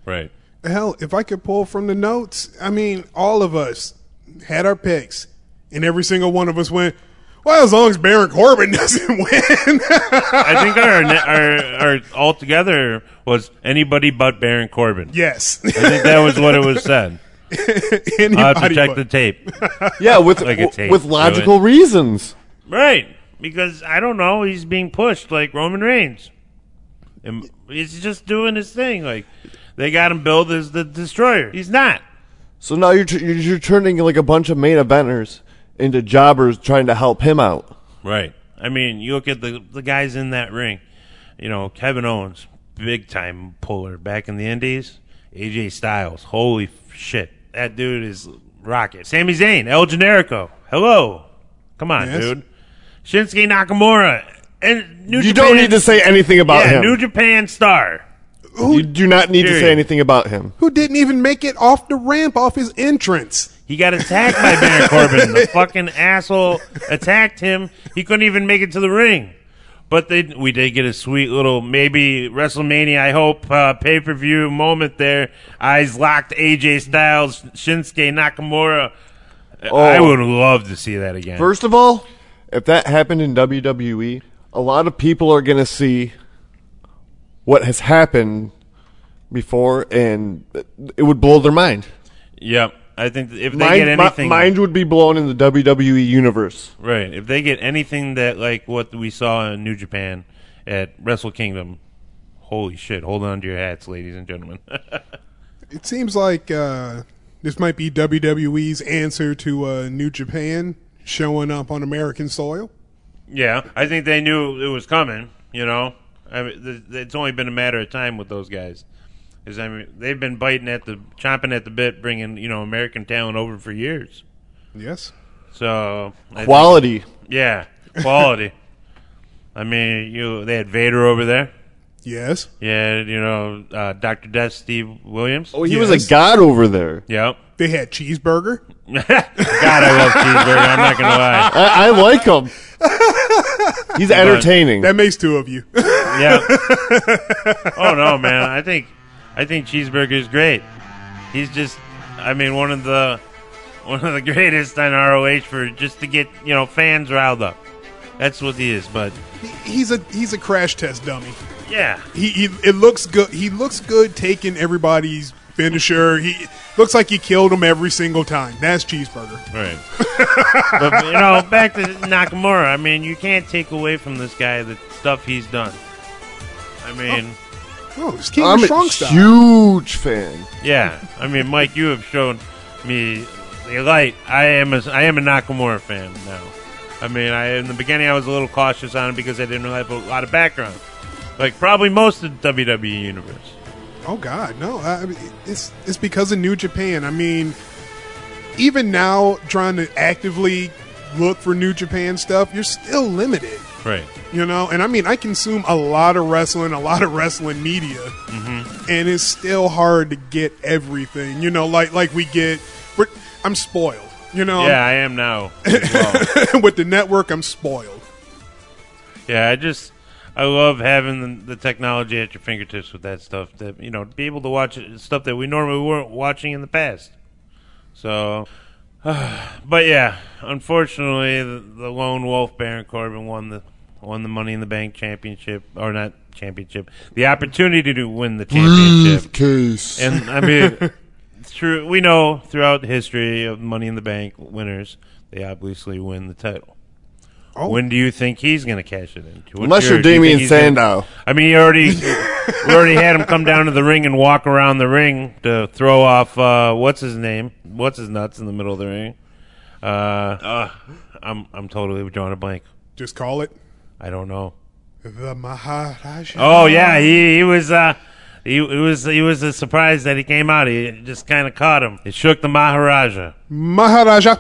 S2: right.
S3: hell, if I could pull from the notes, I mean, all of us had our picks, and every single one of us went. Well, as long as Baron Corbin doesn't win,
S2: I think our ne- our our all together was anybody but Baron Corbin.
S3: yes,
S2: I think that was what it was said. I have to
S3: anybody.
S2: check
S3: but-
S2: the tape.
S4: Yeah, with
S2: Like a tape,
S4: with
S2: really.
S4: logical reasons.
S2: Right. Because I don't know, he's being pushed like Roman Reigns. And he's just doing his thing. Like they got him billed as the destroyer. He's not.
S4: So now you're, tr- you're you're turning like a bunch of main eventers into jobbers trying to help him out.
S2: Right. I mean, you look at the the guys in that ring. You know, Kevin Owens, big time puller back in the Indies. AJ Styles, holy f- shit, that dude is rocket. Sami Zayn, El Generico, hello, come on,
S3: Yes.
S2: dude. Shinsuke Nakamura, and New
S4: You
S2: Japan,
S4: don't need to say anything about
S2: yeah,
S4: him.
S2: New Japan star.
S4: you do not need to
S2: Period.
S4: say anything about him.
S3: who didn't even make it off the ramp off his entrance.
S2: He got attacked by Baron Corbin. The fucking asshole attacked him. He couldn't even make it to the ring. But they, we did get a sweet little maybe WrestleMania, I hope, uh, pay per view moment there. Eyes locked, AJ Styles, Shinsuke Nakamura. I would love to see that again.
S4: Oh. First of all, if that happened in WWE, a lot of people are going to see what has happened before, and it would blow their mind.
S2: yep. I think if they
S4: mind,
S2: get
S4: mi-
S2: anything,
S4: mind would be blown in the WWE universe.
S2: right? If they get anything that like what we saw in New Japan at Wrestle Kingdom, holy shit! Hold on to your hats, ladies and gentlemen.
S3: It seems like uh, this might be WWE's answer to uh, New Japan showing up on American soil.
S2: Yeah, I think they knew it was coming. You know, I mean, th- it's only been a matter of time with those guys. Is I mean, they've been biting at the chomping at the bit, bringing you know American talent over for years.
S3: Yes.
S2: So I-
S4: Quality.
S2: yeah, quality. I mean, you they had Vader over there.
S3: Yes.
S2: Yeah, you know, uh, Doctor Death, Steve Williams.
S4: Oh, he was
S3: Yes.
S4: a god over there.
S2: Yep.
S3: They had cheeseburger.
S2: God, I love cheeseburger. I'm not gonna lie.
S4: I, I like him. He's entertaining.
S3: That makes two of you.
S2: Yeah. oh no, man. I think I think Cheeseburger is great. He's just, I mean, one of the one of the greatest on ROH for just to get you know fans riled up. That's what he is. But
S3: he's a he's a crash test dummy.
S2: yeah,
S3: He, he it looks good. He looks good taking everybody's finisher. He looks like you killed him every single time. That's cheeseburger.
S2: right. but you know, back to Nakamura. I mean, you can't take away from this guy the stuff he's done. I mean,
S3: Oh, it's King
S4: I'm
S3: of
S4: a
S3: Strong style.
S4: huge fan.
S2: yeah. I mean, Mike, you have shown me the light. I am a, I am a Nakamura fan now. I mean, I in the beginning I was a little cautious on it because I didn't really have a lot of background, like probably most of the WWE universe.
S3: Oh God, no! I, I mean, it's it's because of New Japan. I mean, even now, trying to actively look for New Japan stuff, you're still limited.
S2: Right.
S3: You know, and I mean, I consume a lot of wrestling, a lot of wrestling media, and it's still hard to get everything. You know, like like we get, we're, I'm spoiled. You know,
S2: Yeah, I am now. as well.
S3: with the network, I'm spoiled.
S2: yeah, I just I love having the, the technology at your fingertips with that stuff. That you know, be able to watch it- stuff that we normally weren't watching in the past. So, but yeah, unfortunately, the, the lone wolf Baron Corbin won the won the Money in the Bank championship, or not championship, the opportunity to win the championship.
S4: Briefcase.
S2: And I mean, through we know throughout the history of Money in the Bank winners, they obviously win the title.
S3: Oh.
S2: When do you think he's going to cash it in? What's
S4: Unless
S2: your-
S4: you're
S2: do you
S4: Damien
S2: think he's gonna-
S4: Sandow.
S2: I mean, he already we already had him come down to the ring and walk around the ring to throw off uh, what's his name, what's his nuts in the middle of the ring. Uh, uh, I'm I'm totally drawing a blank.
S3: Just call it
S2: I don't know.
S3: the Maharaja.
S2: Oh yeah, he he was uh he, he was he was a surprise that he came out. He just kind of caught him. It shook the Maharaja.
S3: Maharaja.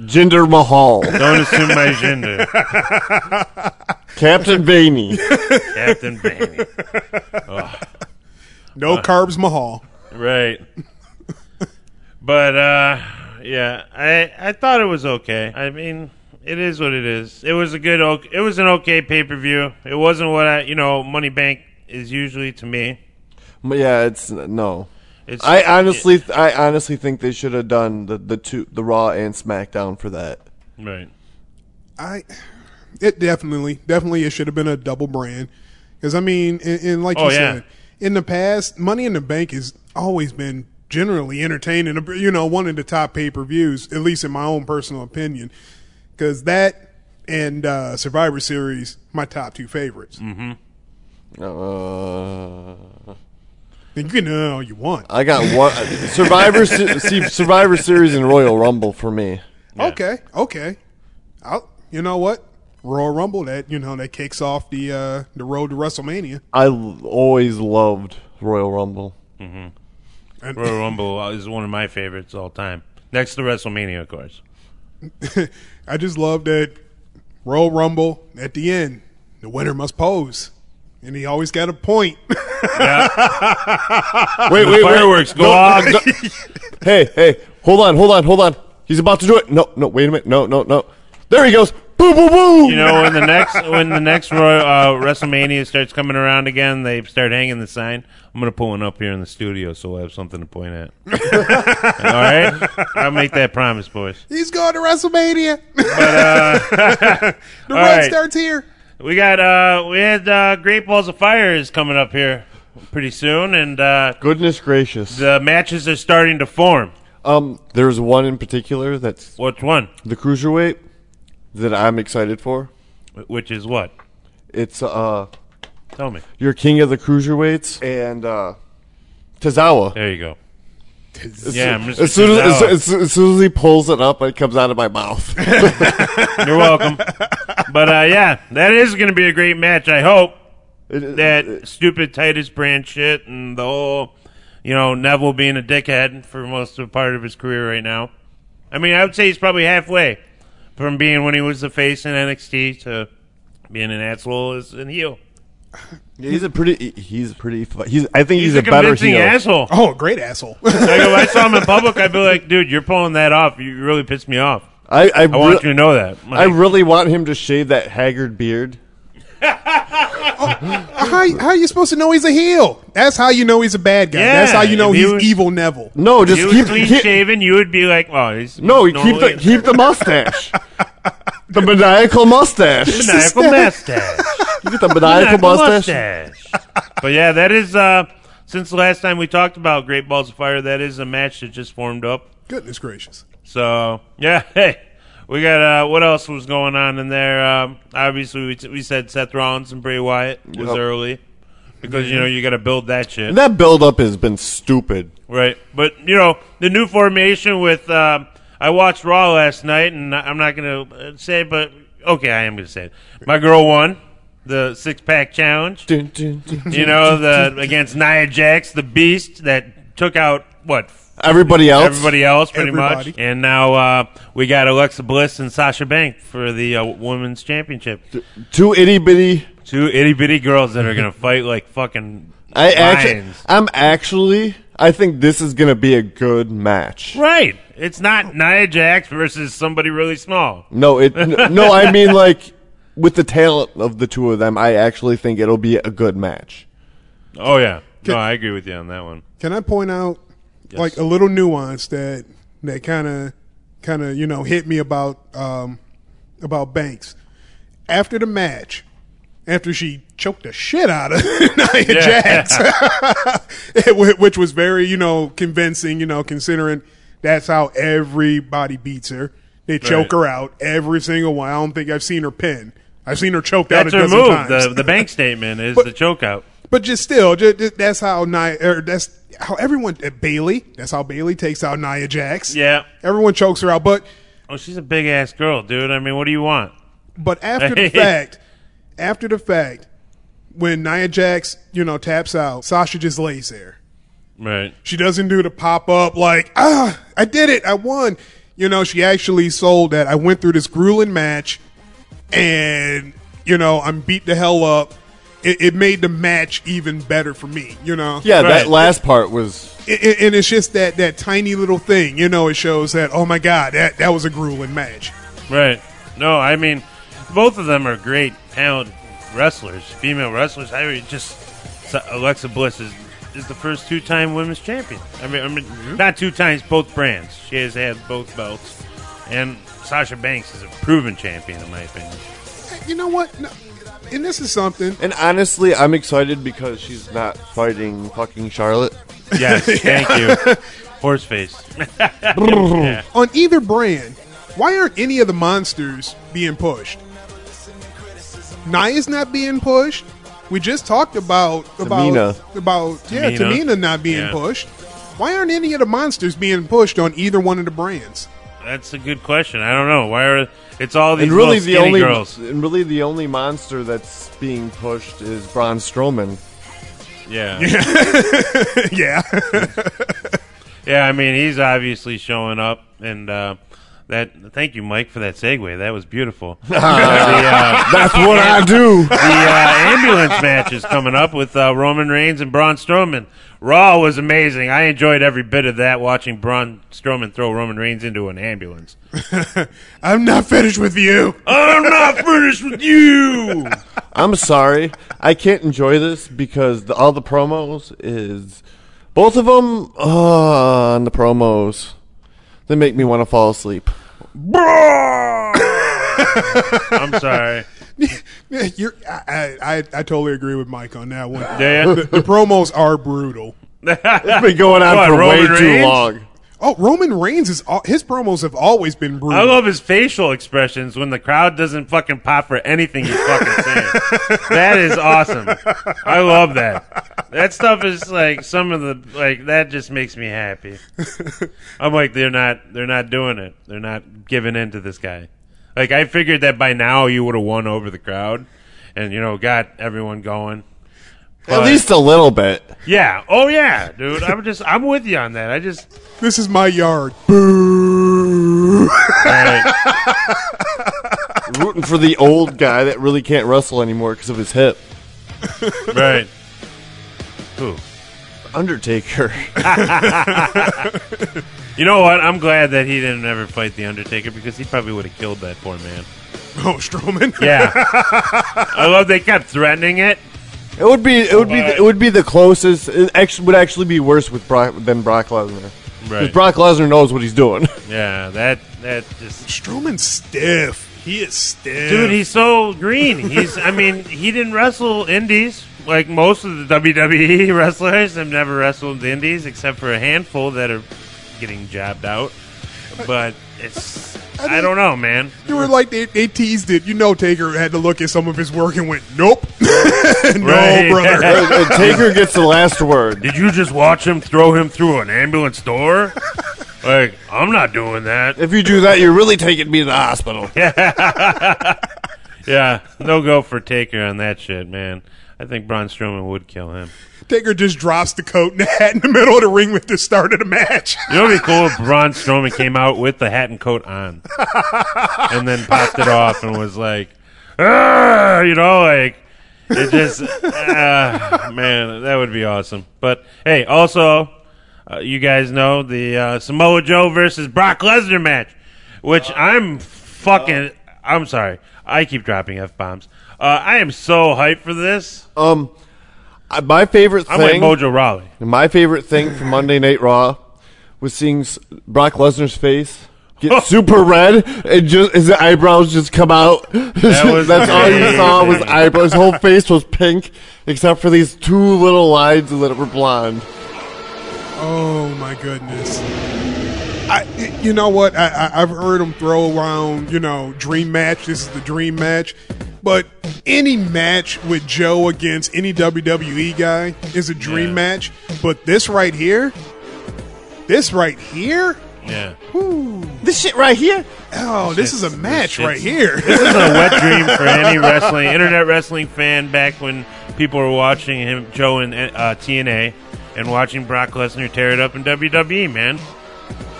S4: Jinder Mahal.
S2: Don't assume my gender,
S4: Captain Bainey.
S2: Captain Bane. Uh.
S3: No carbs, Mahal.
S2: Right. but uh yeah, I I thought it was okay. I mean, it is what it is. It was a good o- it was an okay pay-per-view. It wasn't what I, you know, Money Bank is usually to me.
S4: But yeah, it's no.
S2: It's
S4: I honestly, I honestly think they should have done the the two, the Raw and SmackDown for that.
S2: right.
S3: I. It definitely, definitely, it should have been a double brand, because I mean, and, and like
S2: Oh,
S3: you
S2: yeah.
S3: said, in the past, Money in the Bank has always been generally entertaining. You know, one of the top pay per views, at least in my own personal opinion, because that and uh, Survivor Series, my top two favorites.
S2: Mm-hmm.
S4: Uh,
S3: And you can know all you want.
S4: I got one Survivor Se- see, Survivor Series and Royal Rumble for me.
S3: Okay, okay. I'll, you know what? Royal Rumble that you know that kicks off the uh, the road to WrestleMania.
S4: I l- always loved Royal Rumble.
S3: And-
S2: Royal Rumble is one of my favorites all time. Next to WrestleMania, of course.
S3: I just love that Royal Rumble at the end. The winner must pose, and he always got a point.
S4: Wait, wait,
S2: Ah, Fireworks go off.
S4: Hey, hey, hold on, hold on, hold on. He's about to do it. No, no, wait a minute. No, no, no. There he goes. Boo, boo, boo.
S2: You know, when the next when the next Roy, uh, WrestleMania starts coming around again, they start hanging the sign. I'm gonna pull one up here in the studio, so we'll have something to point at. All right, I'll make that promise, boys. uh,
S3: He's going to WrestleMania. the
S2: all
S3: road
S2: right.
S3: starts here.
S2: We got uh, we had uh, Great Balls of Fire is coming up here pretty soon, and uh,
S4: Goodness gracious.
S2: the matches are starting to form.
S4: Um, there's one in particular that's
S2: Which one?
S4: the cruiserweight that I'm excited for.
S2: Which is what?
S4: It's uh,
S2: Tell me.
S4: your king of the cruiserweights and uh, Tazawa.
S2: There you go. Yeah, Mr.
S4: As soon as, as,
S2: Giselle.
S4: as, as soon as he pulls it up, it comes out of my mouth.
S2: You're welcome. but uh, yeah, that is going to be a great match. I hope that stupid Titus Brand shit and the whole, you know, Neville being a dickhead for most of part of his career right now. I mean, I would say he's probably halfway from being when he was the face in NXT to being an asshole as a heel.
S4: he's a pretty. He's pretty. fu- He's. I think he's,
S2: He's,
S4: a,
S2: a
S4: better
S2: convincing
S4: heel.
S2: asshole.
S3: Oh, a great asshole.
S2: Like, if I saw him in public, I'd be like, dude, you're pulling that off. You really pissed me off.
S4: I. I,
S2: I want
S4: re-
S2: you to know that.
S4: I
S2: Like,
S4: really want him to shave that haggard beard.
S3: how, how are you supposed to know he's a heel? That's how you know he's a bad guy.
S2: Yeah,
S3: That's how you know
S2: if he
S3: he's
S2: was-
S3: evil Neville.
S4: No, just
S2: you
S4: keep.
S2: clean
S4: keep-
S2: shaven, you would be like, well, he's
S4: no,
S2: he's
S4: keep the
S2: normally-
S4: keep the mustache. the maniacal mustache.
S2: maniacal mustache.
S4: You get the maniacal mustache.
S2: but yeah, that is uh since the last time we talked about Great Balls of Fire, that is a match that just formed up.
S3: Goodness gracious.
S2: So yeah, hey, we got uh what else was going on in there? Um, obviously, we, t- we said Seth Rollins and Bray Wyatt was
S4: Yep.
S2: early because you know you got to build that shit.
S4: And that buildup has been stupid.
S2: Right, but you know the new formation with. Um, I watched Raw last night, and I- I'm not going to say, but okay, I am going to say it. My girl won the six pack challenge. You know the against Nia Jax, the Beast that took out what
S4: Everybody else.
S2: everybody else pretty
S3: Everybody.
S2: much, and now uh, we got Alexa Bliss and Sasha Bank for the uh, women's championship.
S4: Two itty bitty.
S2: Two itty bitty girls that are going to fight like fucking
S4: I actually.
S2: lions.
S4: I'm actually. I think this is going to be a good match.
S2: Right, it's not Nia Jax versus somebody really small.
S4: No, it. n- No, I mean like with the talent of the two of them, I actually think it'll be a good match.
S2: Oh yeah, no, I agree with you on that one.
S3: Can I point out like a little nuance that that kind of kind of you know hit me about um, about Banks after the match. After she choked the shit out of Nia Jax, It wa- which was very, you know, convincing, you know, considering that's how everybody beats her. They choke
S2: Right.
S3: her out every single one. I don't think I've seen her pin. I've seen her choked
S2: That's
S3: out a
S2: her
S3: dozen
S2: move.
S3: times.
S2: The, the bank statement is the choke out.
S3: But just still, ju- ju- that's how Nia, or that's how everyone uh, Bailey. That's how Bailey takes out Nia Jax.
S2: Yeah.
S3: everyone chokes her out. But
S2: Oh, she's a big ass girl, dude. I mean, what do you want?
S3: but after the fact, after the fact, when Nia Jax you know taps out, Sasha just lays there.
S2: Right.
S3: She doesn't do the pop up like ah, I did it, I won. You know, she actually sold that I went through this grueling match, and you know I'm beat the hell up. It, it made the match even better for me. You know.
S4: Yeah,
S2: Right.
S4: that last part was.
S3: it, it- and it's just that that tiny little thing, you know. It shows that oh my god, that that was a grueling match.
S2: Right. No, I mean, both of them are great, talented wrestlers, female wrestlers. I mean, just so- Alexa Bliss is is the first two time women's champion. I mean, I mean,
S4: Mm-hmm.
S2: not two times, both brands. She has had both belts, and Sasha Banks is a proven champion in my opinion.
S3: You know what? No, and this is something.
S4: And honestly, I'm excited because she's not fighting fucking Charlotte.
S2: Yes, thank you. Horseface.
S3: On either brand, why aren't any of the monsters being pushed? Nia's not being pushed. We just talked about about
S4: Tamina.
S3: about yeah,
S2: Tamina.
S3: Tamina, not being
S2: Yeah.
S3: pushed. Why aren't any of the monsters being pushed on either one of the brands?
S2: That's a good question. I don't know. Why are it's all these
S4: and really,
S2: little
S4: the
S2: skinny
S4: only
S2: girls?
S4: and really the only monster that's being pushed is Braun Strowman.
S2: Yeah,
S3: yeah,
S2: yeah. I mean, he's obviously showing up, and uh, that. Thank you, Mike, for that segue. That was beautiful. the uh,
S4: That's what I do.
S2: the, uh, ambulance match is coming up with uh, Roman Reigns and Braun Strowman. Raw was amazing. I enjoyed every bit of that. Watching Braun Strowman throw Roman Reigns into an ambulance.
S3: I'm not finished with you.
S2: I'm not finished with you.
S4: I'm sorry, I can't enjoy this because the, all the promos is both of them uh, on the promos. They make me want to fall asleep.
S2: I'm sorry.
S3: Yeah, you're, I, I, I I totally agree with Mike on that one.
S2: Yeah.
S3: The, the promos are brutal.
S4: It's been going on
S2: What,
S4: for way
S2: Roman
S4: too
S2: Reigns?
S4: long.
S3: Oh, Roman Reigns is al- his promos have always been brutal.
S2: I love his facial expressions when the crowd doesn't fucking pop for anything he's fucking saying. that is awesome. I love that. That stuff is like some of the like that just makes me happy. I'm like they're not they're not doing it. They're not giving in to this guy. Like I figured that by now you would have won over the crowd and you know got everyone going.
S4: At least a little bit.
S2: Yeah. Oh yeah, dude. I'm just I'm with you on that. I just
S3: This is my yard. Boo.
S4: Rooting for the old guy that really can't wrestle anymore because of his hip.
S2: right. Who?
S4: Undertaker.
S2: You know what? I'm glad that he didn't ever fight the Undertaker because he probably would have killed that poor man.
S3: oh, Strowman.
S2: Yeah. I love they kept threatening it.
S4: It would be it would be the, it would be the closest. It actually would actually be worse with Brock than Brock Lesnar. Because
S2: Right.
S4: Brock Lesnar knows what he's doing.
S2: Yeah. That that just
S3: Strowman's stiff. He is stiff.
S2: dude. He's so green. He's. I mean, he didn't wrestle indies like most of the WWE wrestlers. Have never wrestled the indies except for a handful that are getting jabbed out. But it's. I don't know, man.
S3: You were like they, they teased it. You know, Taker had to look at some of his work and went, "Nope, no,
S2: Right.
S3: brother."
S4: And- and Taker gets the last word.
S2: Did you just watch him throw him through an ambulance door? like, I'm not doing that.
S4: If you do that, you're really taking me to the hospital.
S2: Yeah, no go for Taker on that shit, man. I think Braun Strowman would kill him.
S3: Taker just drops the coat and the hat in the middle of the ring with the start of the match.
S2: You know, it'd be cool if Braun Strowman came out with the hat and coat on, and then popped it off and was like, "Ah," you know, like it just, ah, man, that would be awesome. But hey, also, uh, you guys know the uh, Samoa Joe versus Brock Lesnar match, which I'm fucking. I'm sorry, I keep dropping f bombs. Uh, I am so hyped for this.
S4: Um, I- my favorite
S2: I'm like
S4: thing,
S2: Mojo Raleigh.
S4: my favorite thing from Monday Night Raw was seeing s- Brock Lesnar's face
S2: Oh.
S4: get super red and just his eyebrows just come out.
S2: was
S4: That's all you saw was
S2: amazing.
S4: eyebrows. His whole face was pink except for these two little lines that were blonde.
S3: Oh my goodness. I, you know what? I, I, I've heard them throw around, you know, dream match. This is the dream match. But any match with Joe against any WWE guy is a dream
S2: Yeah.
S3: match. But this right here, this right here,
S2: Yeah.
S4: This shit right here.
S3: oh, this is a match
S2: shit's-
S3: right here.
S2: This is a wet dream for any wrestling internet wrestling fan back when people were watching him Joe in uh, TNA and watching Brock Lesnar tear it up in WWE. Man,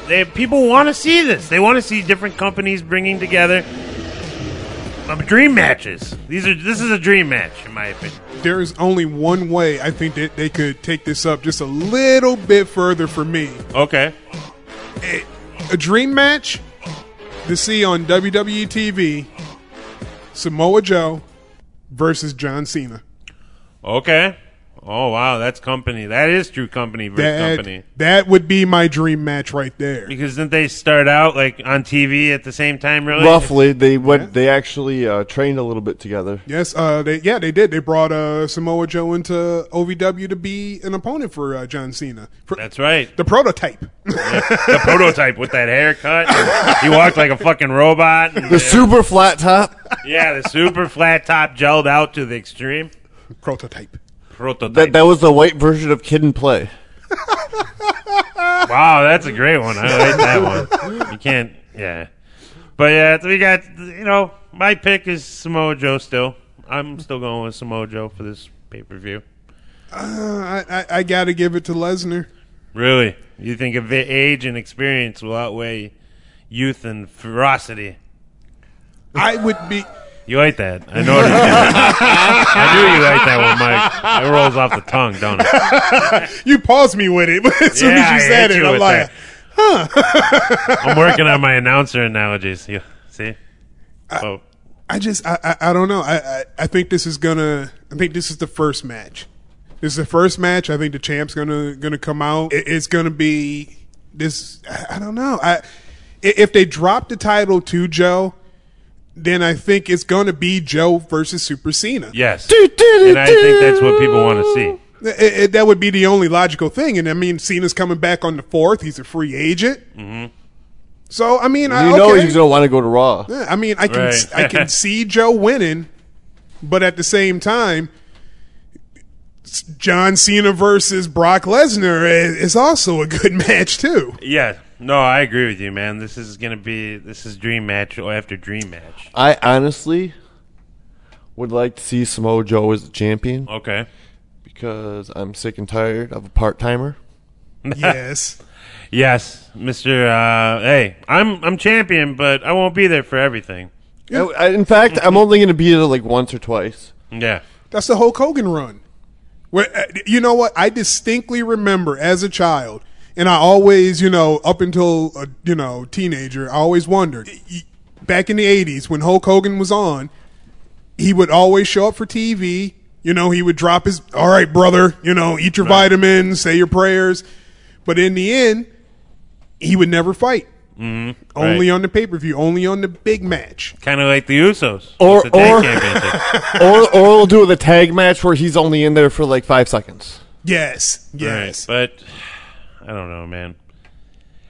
S2: they people want to see this. They want to see different companies bringing together um, dream matches. These are this is a dream match in my opinion.
S3: there is only one way I think that they could take this up just a little bit further for me.
S2: Okay,
S3: a dream match to see on WWE TV Samoa Joe versus John Cena.
S2: okay. Oh wow, that's company. That is true company versus company.
S3: That, that would be my dream match right there.
S2: Because didn't they start out like on TV at the same time? Really,
S4: Roughly, they went. They actually uh, trained a little bit together.
S3: Yes, uh, they, yeah, they did. They brought uh, Samoa Joe into OVW to be an opponent for uh, John Cena. For
S2: That's right.
S3: the prototype.
S2: the prototype with that haircut. He walked like a fucking robot.
S4: The super flat top.
S2: yeah, the super flat top gelled out to the extreme.
S3: prototype.
S2: Prototype.
S4: That, that was the white version of Kid and Play.
S2: wow, that's a great one. I like that one. You can't, yeah. But yeah, we got, you know, my pick is Samoa Joe still. I'm still going with Samoa Joe for this pay per view.
S3: Uh, I, I, I got to give it to Lesnar.
S2: Really? You think of it- age and experience will outweigh youth and ferocity?
S3: I would be.
S2: You like that? I know. you did. I knew you like that one, Mike. It rolls off the tongue, don't it?
S3: You paused me with it as soon
S2: Yeah, I
S3: as you said
S2: hit
S3: it.
S2: you
S3: I'm
S2: with
S3: like,
S2: that. I'm working on my announcer analogies. You see?
S3: Uh,
S2: oh,
S3: I just I, I, I don't know. I, I I think this is gonna. I think this is the first match. This is the first match. I think the champ's gonna gonna come out. It, it's gonna be this. I, I don't know. I i- if they drop the title to Joe, then I think it's gonna be Joe versus Super Cena.
S2: yes. and I think that's what people want to see.
S3: It- it- that would be the only logical thing. And I mean, Cena's coming back on the fourth. He's a free agent. Mm-hmm. So I mean, I
S4: You know
S3: Ah, okay.
S4: he's gonna want to go to Raw.
S3: Yeah, I mean, I can
S2: Right.
S3: I can see Joe winning, but at the same time, s- John Cena versus Brock Lesnar is, is also a good match too.
S2: Yeah, no, I agree with you, man. This is gonna be this is dream match or after dream match.
S4: I honestly would like to see Samoa Joe as the champion
S2: Okay.
S4: because I'm sick and tired of a part timer.
S3: yes,
S2: Yes, Mister. Uh, hey, I'm I'm champion, but I won't be there for everything.
S4: In fact, I'm only going to be there like once or twice.
S2: Yeah.
S3: that's the Hulk Hogan run. Where uh, you know what? I distinctly remember as a child, and I always, you know, up until a, you know teenager, I always wondered. y- y- Back in the '80s, when Hulk Hogan was on, he would always show up for TV. You know, he would drop his, all right, brother, you know, eat your vitamins, say your prayers. But in the end, he would never fight. Only
S2: Mm-hmm. right.
S3: on the pay per view, only on the big match.
S2: Kind of like the Usos
S4: Or-
S2: with the tag
S4: or-
S2: championship.
S4: or or we'll do the tag match where he's only in there for like five seconds.
S3: Yes, yes.
S2: Right, but I don't know, man.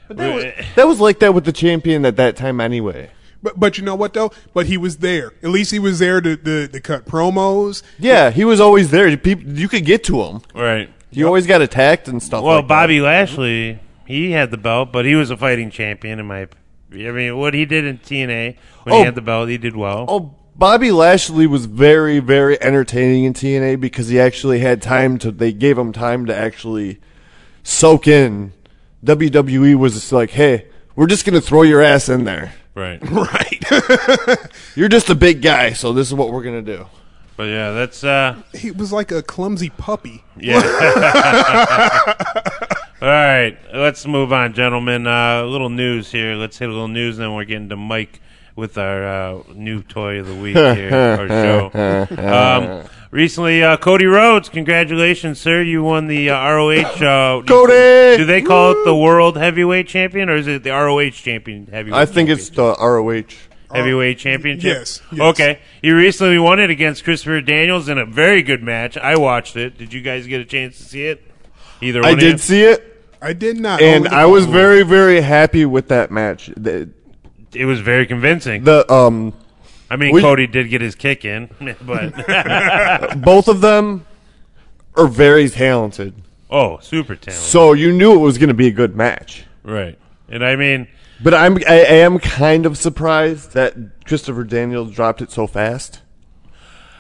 S4: But that was, that was like that with the champion at that time anyway.
S3: But, but you know what though? But he was there. At least he was there to, to, to cut promos.
S4: Yeah, he was always there. People, you could get to him.
S2: Right.
S4: You always got attacked and stuff.
S2: Well,
S4: like that.
S2: Bobby Lashley, he had the belt, but he was a fighting champion in my. I mean, what he did in TNA when
S4: Oh.
S2: he had the belt, he did well.
S4: Oh, Bobby Lashley was very, very entertaining in TNA because he actually had time to. They gave him time to actually soak in. WWE was just like, hey, we're just gonna throw your ass in there.
S2: Right.
S3: Right.
S4: You're just a big guy, so this is what we're gonna do.
S2: But yeah, that's uh
S3: he was like a clumsy puppy.
S2: yeah. All right, let's move on, gentlemen. Uh, a little news here. Let's hit a little news, and then we're getting to Mike with our uh, new toy of the week here, our show. Um, recently, uh, Cody Rhodes, congratulations, sir! You won the uh, ROH. Uh,
S4: Cody!
S2: do they call it the World Heavyweight Champion, or is it the ROH Champion Heavyweight?
S4: I think
S2: champion?
S4: it's the ROH.
S2: heavyweight championship.
S3: Uh, yes, yes.
S2: Okay. You recently won it against Christopher Daniels in a very good match. I watched it. Did you guys get a chance to see it? Either one
S4: I
S2: of you?
S4: did see it,
S3: I did not.
S4: and
S3: Only the-
S4: I was very, very happy with that match. The,
S2: It was very convincing.
S4: the um,
S2: I mean,
S4: we-
S2: Cody did get his kick in, but
S4: both of them are very talented,
S2: oh, super talented.
S4: so you knew it was going to be a good match.
S2: right. And I mean,
S4: But I'm, I am kind of surprised that Christopher Daniels dropped it so fast.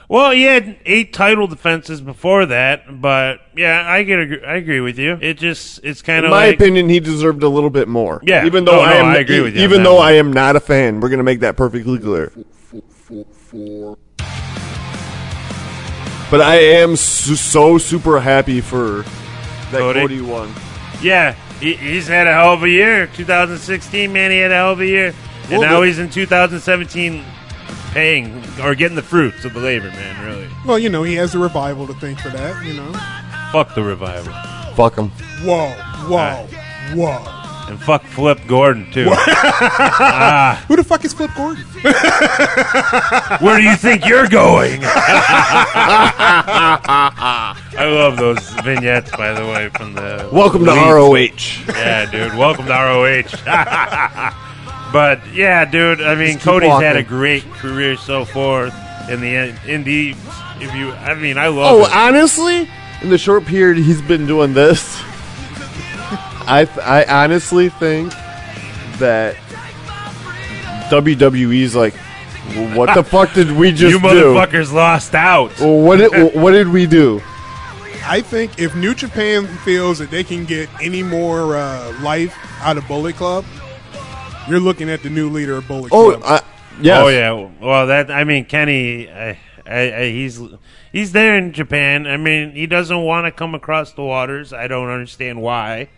S2: well, he had eight title defenses before that, but yeah, I get agree, I agree with you. It just it's kind
S4: In
S2: of
S4: my
S2: like,
S4: opinion, he deserved a little bit more.
S2: Yeah.
S4: even though
S2: No,
S4: I
S2: no,
S4: am,
S2: I agree with you on
S4: Even
S2: that
S4: though
S2: one.
S4: I am not a fan, we're going to make that perfectly clear. But I am su- so super happy for that
S2: Cody?
S4: Cody one.
S2: Yeah, he, he's had a hell of a year. 2016, man, he had a hell of a year. And
S4: Well,
S2: now
S4: the-
S2: he's in 2017 paying or getting the fruits of the labor, man, really.
S3: Well, you know, he has the revival to thank for that. You know.
S2: Fuck the revival.
S4: Fuck him.
S3: Whoa, whoa, whoa.
S2: And fuck Flip Gordon, too.
S3: Who the fuck is Flip Gordon?
S2: Where do you think you're going? I love those vignettes, by the way, from the.
S4: Welcome to
S2: Leeds.
S4: ROH.
S2: Yeah, dude. Welcome to ROH. but yeah, dude. I mean,
S4: keep
S2: Cody's had a
S4: walking.
S2: great career so far in the in- indie. If you, I mean, I love.
S4: Oh,
S2: it.
S4: honestly, in the short period he's been doing this, I th- I honestly think that WWE's like, "Well, what the fuck did we just
S2: you
S4: do?
S2: motherfuckers lost out.
S4: Well, What did what did we do?
S3: I think if New Japan feels that they can get any more uh, life out of Bullet Club, you're looking at the new leader of Bullet
S4: Oh,
S3: Club.
S4: I, yes.
S2: Oh yeah. Well, that I mean, Kenny, I, I, I, he's he's there in Japan. I mean, he doesn't want to come across the waters. I don't understand why.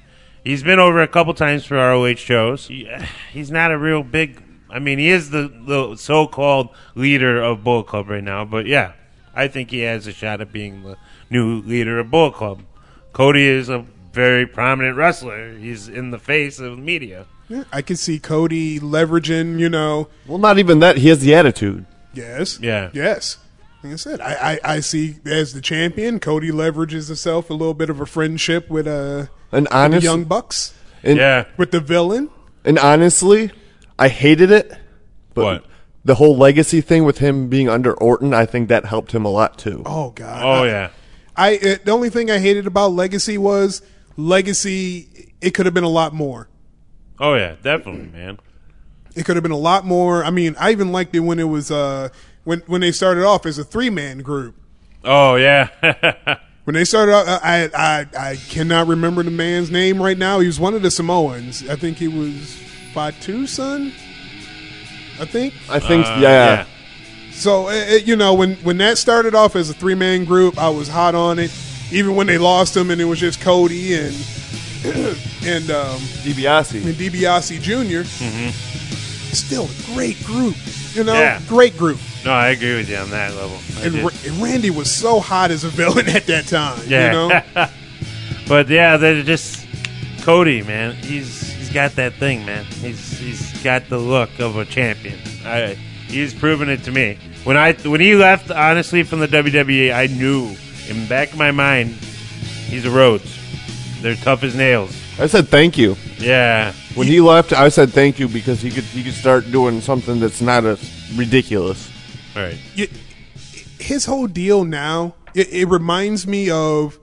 S2: He's been over a couple times for ROH shows. He- he's not a real big. I mean, he is the, the so-called leader of Bull Club right now. But yeah, I think he has a shot at being the new leader of Bull Club. Cody is a very prominent wrestler. He's in the face of media.
S3: I can see Cody leveraging, you know,
S4: Well, not even that. He has the attitude.
S3: Yes.
S2: Yeah.
S3: Yes. Like I said, I, I, I see as the champion, Cody leverages himself a little bit of a friendship with uh,
S4: And
S3: the
S4: honest,
S3: Young Bucks,
S4: and,
S2: Yeah.
S3: with the villain.
S4: and honestly, I hated it. But
S2: What?
S4: the whole legacy thing with him being under Orton, I think that helped him a lot too.
S3: Oh God!
S2: Oh yeah.
S3: I uh, the only thing I hated about Legacy was Legacy. It could have been a lot more.
S2: Oh yeah. Definitely, man.
S3: It could have been a lot more. I mean, I even liked it when it was uh when when they started off as a three man group.
S2: Oh yeah.
S3: When they started out, I, I I cannot remember the man's name right now. He was one of the Samoans. I think he was Fatu son. I think
S4: I think,
S2: Uh,
S4: yeah.
S3: so. It, it- you know, when when that started off as a three man group, I was hot on it. Even when they lost him and it was just Cody and and um, and
S4: DiBiase.
S3: DiBiase junior Still a great group, you know,
S2: Yeah.
S3: great group.
S2: No, I agree with you on that level. I
S3: And,
S2: did.
S3: Ra- and Randy was so hot as a villain at that time,
S2: Yeah.
S3: you know.
S2: But yeah, they're just Cody, man. He's he's got that thing, man. He's he's got the look of a champion. I he's proven it to me. When I when he left, honestly, from the WWE, I knew in the back of my mind he's a Rhodes. They're tough as nails.
S4: I said thank you.
S2: Yeah.
S4: When he left, I said thank you because he could he could start doing something that's not as ridiculous.
S2: All right.
S3: you, his whole deal now it, it reminds me of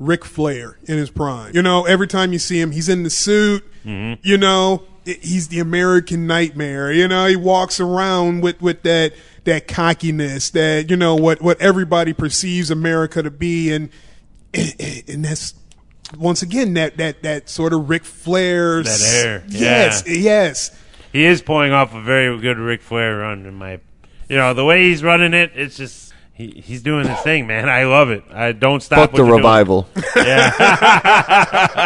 S3: Ric Flair in his prime. You know, every time you see him, he's in the suit.
S2: Mm-hmm.
S3: You know, i- he's the American nightmare. You know, he walks around with with that that cockiness that you know what what everybody perceives America to be, and and that's. Once again, that that that sort of Ric Flair,
S2: That air,
S3: yes,
S2: yeah.
S3: yes,
S2: He is pulling off a very good Ric Flair run in my you know, the way he's running it, it's just he, he's doing his thing, man. I love it. I don't stop.
S4: Fuck
S2: what
S4: the
S2: you're doing.
S4: revival.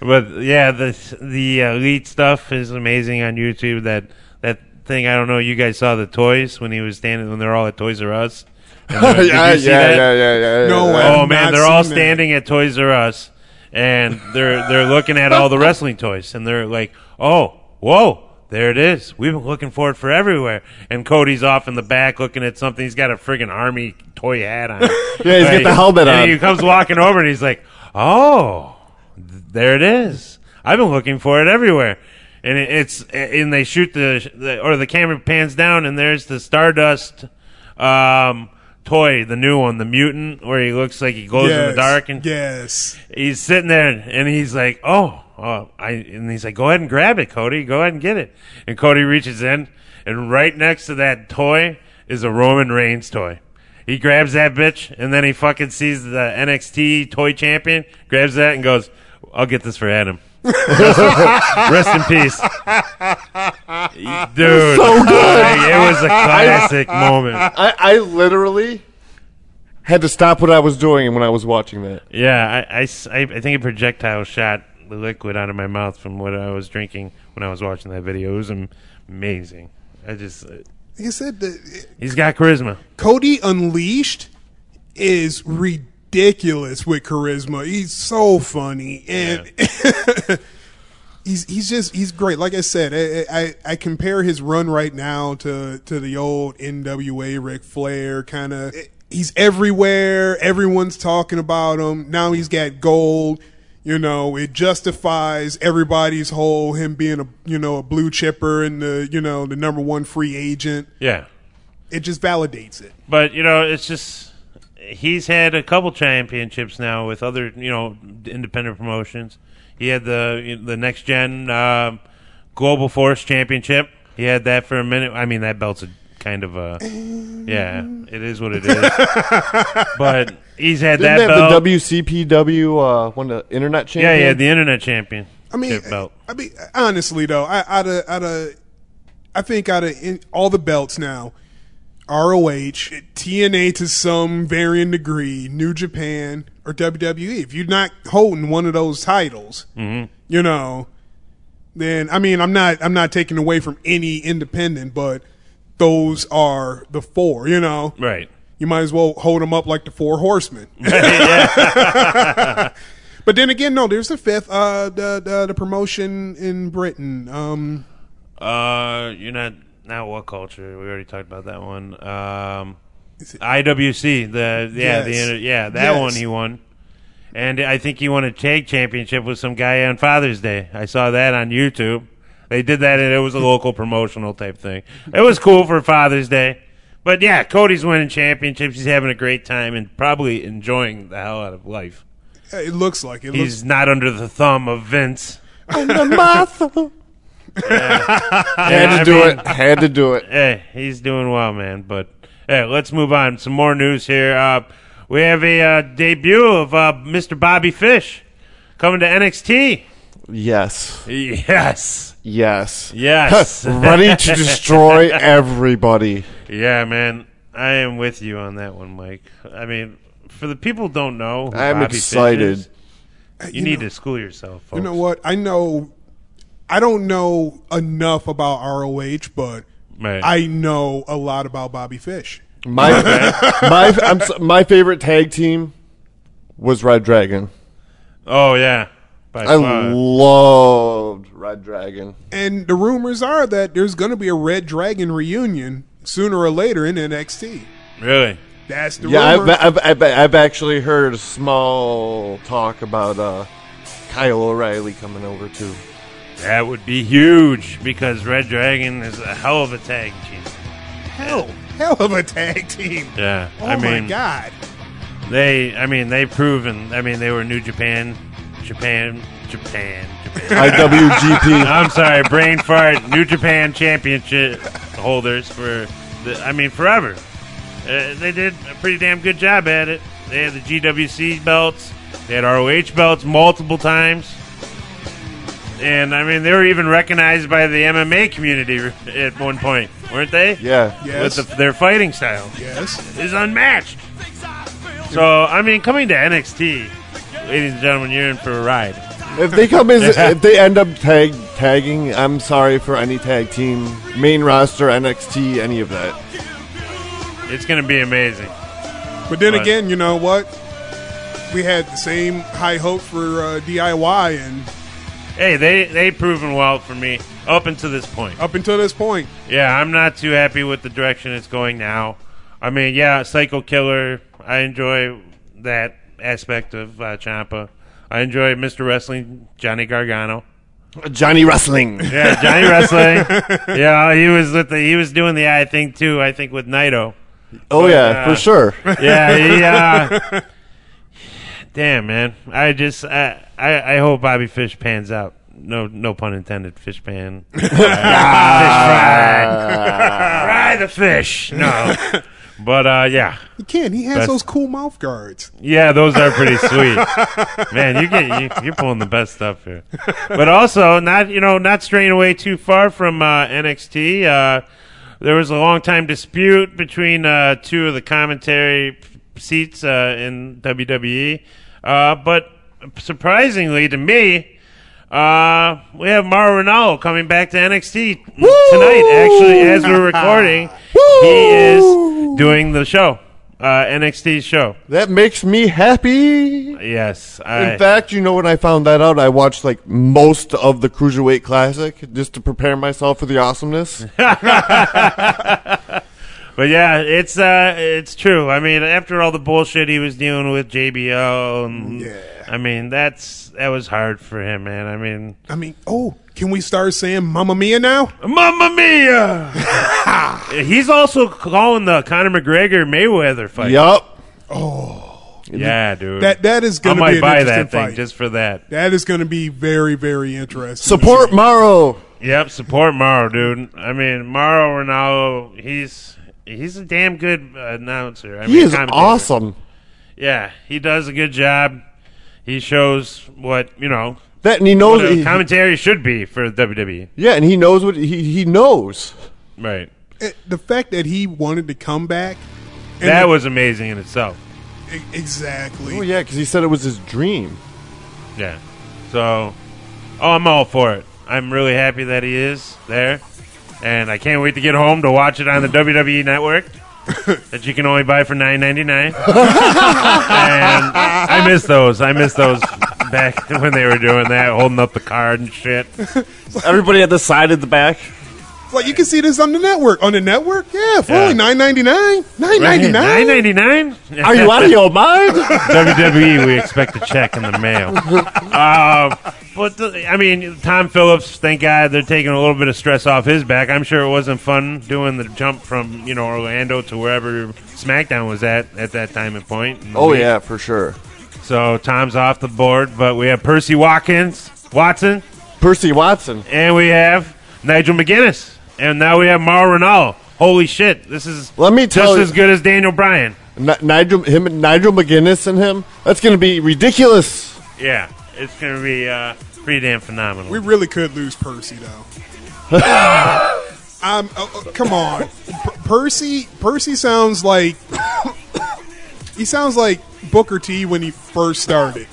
S2: But yeah, the the uh, elite stuff is amazing on YouTube. That that thing I don't know. You guys saw the toys when he was standing when they're all at Toys R Us. And
S4: yeah,
S2: they- did you
S4: yeah, yeah,
S2: see that?
S4: yeah, yeah, yeah.
S3: No way.
S4: yeah.
S3: I've
S2: Oh man,
S3: not
S2: they're all
S3: seen that.
S2: standing at Toys R Us, and they're they're looking at all the wrestling toys, and they're like, "Oh, whoa, there it is. We've been looking for it for everywhere." And Cody's off in the back looking at something. He's got a friggin' army toy hat on. yeah,
S4: Yeah, he's got the helmet
S2: and
S4: on.
S2: he comes walking over, and he's like, "Oh, th- there it is. I've been looking for it everywhere." And it, it's and they shoot the, the or the camera pans down, and there's the Stardust. Um, Toy, the new one, the mutant, where he looks like he glows goes in the
S3: yes,
S2: dark and
S3: yes.
S2: he's sitting there and, and he's like, "Oh, oh, I," and he's like, "Go ahead and grab it, Cody. Go ahead and get it." And Cody reaches in, and right next to that toy is a Roman Reigns toy. He grabs that bitch, and then he fucking sees the NXT toy champion, grabs that, and goes, "I'll get this for Adam." Rest in peace, dude.
S4: So good.
S2: Like, it was a classic moment.
S4: I, I literally had to stop what I was doing when I was watching that.
S2: Yeah, I, I s- I- I think a projectile shot the liquid out of my mouth from what I was drinking when I was watching that video. It was am- amazing. I just, uh,
S3: Like I said, the,
S2: he's got charisma.
S3: Cody Unleashed is ridiculous with charisma. He's so funny and he's he's just he's great. Like I said, I, I I compare his run right now to to the old NWA Ric Flair kind of. He's everywhere. Everyone's talking about him. Now he's got gold. You know, it justifies everybody's whole him being a you know a blue chipper and the you know the number one free agent.
S2: Yeah.
S3: It just validates it.
S2: But, you know, it's just, he's had a couple championships now with other, you know, independent promotions. He had the, the next gen um Global Force Championship. He had that for a minute. I mean, that belt's a kind of a, yeah, it is what it is. but he's had
S4: Didn't
S2: that
S4: they have
S2: belt.
S4: the WCPW uh, one of the internet champion?
S2: Yeah, yeah, the internet champion.
S3: I mean,
S2: Shit belt.
S3: I mean, honestly though, I out of out of, uh, I think out of in, all the belts now, ROH, TNA to some varying degree, New Japan or WWE. If you're not holding one of those titles, you know, then I mean, I'm not I'm not taking away from any independent, but those are the four. You know,
S2: Right.
S3: you might as well hold them up like the four horsemen.
S2: yeah.
S3: But then again, no, there's the fifth, uh, the, the the promotion in Britain. Um,
S2: Uh, you're not not what culture. We already talked about that one. Um, IWC, the yeah,
S3: Yes.
S2: the yeah, that
S3: Yes.
S2: one he won. And I think he won a tag championship with some guy on Father's Day. I saw that on YouTube. They did that, and it was a local promotional type thing. It was cool for Father's Day. But yeah, Cody's winning championships. He's having a great time and probably enjoying the hell out of life.
S3: It looks like it. Looks,
S2: He's not under the thumb of Vince.
S4: Had to
S2: I
S4: do
S2: mean-
S4: it. Had to do it.
S2: hey, he's doing well, man. But hey, let's move on. Some more news here. Uh, we have a uh, debut of uh, Mr. Bobby Fish coming to NXT.
S4: Yes.
S2: Yes,
S4: Yes.
S2: yes,
S4: Ready to destroy everybody.
S2: yeah, man. I am with you on that one, Mike. I mean, for the people who don't know, who
S4: I'm
S2: Bobby Fish
S4: excited.
S2: is, you, need to school yourself. Folks.
S3: you know what? I know. I don't know enough about ROH, but
S2: Right.
S3: I know a lot about Bobby Fish.
S4: My my I'm, s- my favorite tag team was Red Dragon.
S2: Oh yeah, By
S4: I
S2: far.
S4: loved Red Dragon.
S3: And the rumors are that there's going to be a Red Dragon reunion sooner or later in NXT.
S2: really.
S3: That's the
S4: Yeah, I've,
S3: rumor.
S4: I've, I've, I've actually heard small talk about uh, Kyle O'Reilly coming over too.
S2: That would be huge because Red Dragon is a hell of a tag team.
S3: hell, hell of a tag team.
S2: Yeah,
S3: Oh
S2: I mean,
S3: my god.
S2: They, I mean, they've proven. I mean, they were New Japan, Japan, Japan, Japan.
S4: IWGP.
S2: I'm sorry, brain fart. New Japan championship holders for, the, I mean, forever. Uh, they did a pretty damn good job at it. They had the GWC belts, they had ROH belts multiple times, and I mean, they were even recognized by the MMA community at one point, weren't they?
S4: yeah.
S3: Yes.
S2: With the, their fighting style
S3: yes.
S2: is unmatched. So, I mean, coming to NXT, ladies and gentlemen, you're in for a ride.
S4: If they come in, if they end up tag tagging, I'm sorry for any tag team, main roster, NXT, any of that.
S2: It's going to be amazing.
S3: But then
S2: Right.
S3: again, you know what? We had the same high hope for uh, DIY, and
S2: Hey, they they proven well for me up until this point.
S3: up until this point,
S2: Yeah, I'm not too happy with the direction it's going now. I mean, yeah, Psycho Killer. I enjoy that aspect of uh, Champa. I enjoy Mr. Wrestling Johnny Gargano.
S4: Johnny Wrestling.
S2: Yeah, Johnny Wrestling. yeah, he was with the he was doing the eye thing too. I think with Naito.
S4: Oh yeah,
S2: uh,
S4: for sure.
S2: yeah, yeah. Damn, man. I just I, I I hope Bobby Fish pans out. No, no pun intended. Fish pan. fish fry.
S4: Uh,
S2: fry the fish. No. But uh, yeah,
S3: he can. He has
S2: Best-
S3: those cool mouth guards.
S2: yeah, those are pretty sweet. Man, you get you, you're pulling the best stuff here. But also, not you know, not straying away too far from uh, NXT. Uh, there was a long time dispute between uh, two of the commentary seats uh, in WWE, uh, but surprisingly to me, uh, we have Mauro Ronaldo coming back to NXT tonight. Actually, as we're recording, he is doing the show, uh, NXT's show.
S4: That makes me happy.
S2: Yes, I,
S4: In fact, you know when I found that out, I watched like most of the Cruiserweight Classic just to prepare myself for the awesomeness.
S2: but yeah, it's uh, it's true. I mean, after all the bullshit he was dealing with JBL, and,
S3: Yeah.
S2: I mean that's that was hard for him, man. I mean,
S3: I mean, oh, can we start saying Mamma Mia now?
S2: Mamma Mia! He's also calling the Conor McGregor Mayweather fight.
S4: yup.
S2: Yeah, dude.
S3: That that is
S2: I
S3: going to be
S2: might
S3: an
S2: buy
S3: interesting
S2: that thing
S3: fight.
S2: just for that.
S3: that is going to be very very interesting.
S4: Support Morrow.
S2: Yep, support Morrow, dude. I mean, Morrow Ronaldo, he's he's a damn good uh, announcer. I
S4: He
S2: mean,
S4: is
S2: commentator.
S4: awesome.
S2: Yeah, he does a good job. He shows what you know
S4: That and he
S2: what
S4: knows.
S2: a
S4: he-
S2: commentary should be for WWE.
S4: yeah, and he knows what he he knows.
S2: Right.
S3: It- the fact that he wanted to come back. and
S2: That
S3: the-
S2: was amazing in itself.
S3: e- exactly.
S4: Oh yeah, because he said it was his dream.
S2: Yeah. So, oh, I'm all for it. I'm really happy that he is there, and I can't wait to get home to watch it on the WWE Network that you can only buy for nine ninety nine. and I miss those. I miss those back when they were doing that, holding up the card and shit.
S4: Everybody at the side at the back.
S3: Like you can see this on the network. On the network, yeah, for only nine ninety nine, nine ninety
S2: Nine
S3: nine.
S2: ninety nine.
S4: Are you out of your mind?
S2: WWE, E, we expect a check in the mail. Uh, but the, I mean, Tom Phillips, thank God they're taking a little bit of stress off his back. I'm sure it wasn't fun doing the jump from you know Orlando to wherever SmackDown was at at that time and point.
S4: Oh yeah, for sure.
S2: So Tom's off the board, but we have Percy Watkins, Watson,
S4: Percy Watson.
S2: and we have Nigel McGuinness, and now we have Mauro Ronaldo. Holy shit! This is
S4: Let me
S2: just
S4: tell you-
S2: as good as Daniel Bryan.
S4: N- Nigel, him, and Nigel McGuinness, and him. That's going to be ridiculous.
S2: Yeah, it's gonna be uh, pretty damn phenomenal.
S3: We really could lose Percy though. I'm, uh, uh, come on, Per- Percy. Percy sounds like he sounds like Booker T when he first started.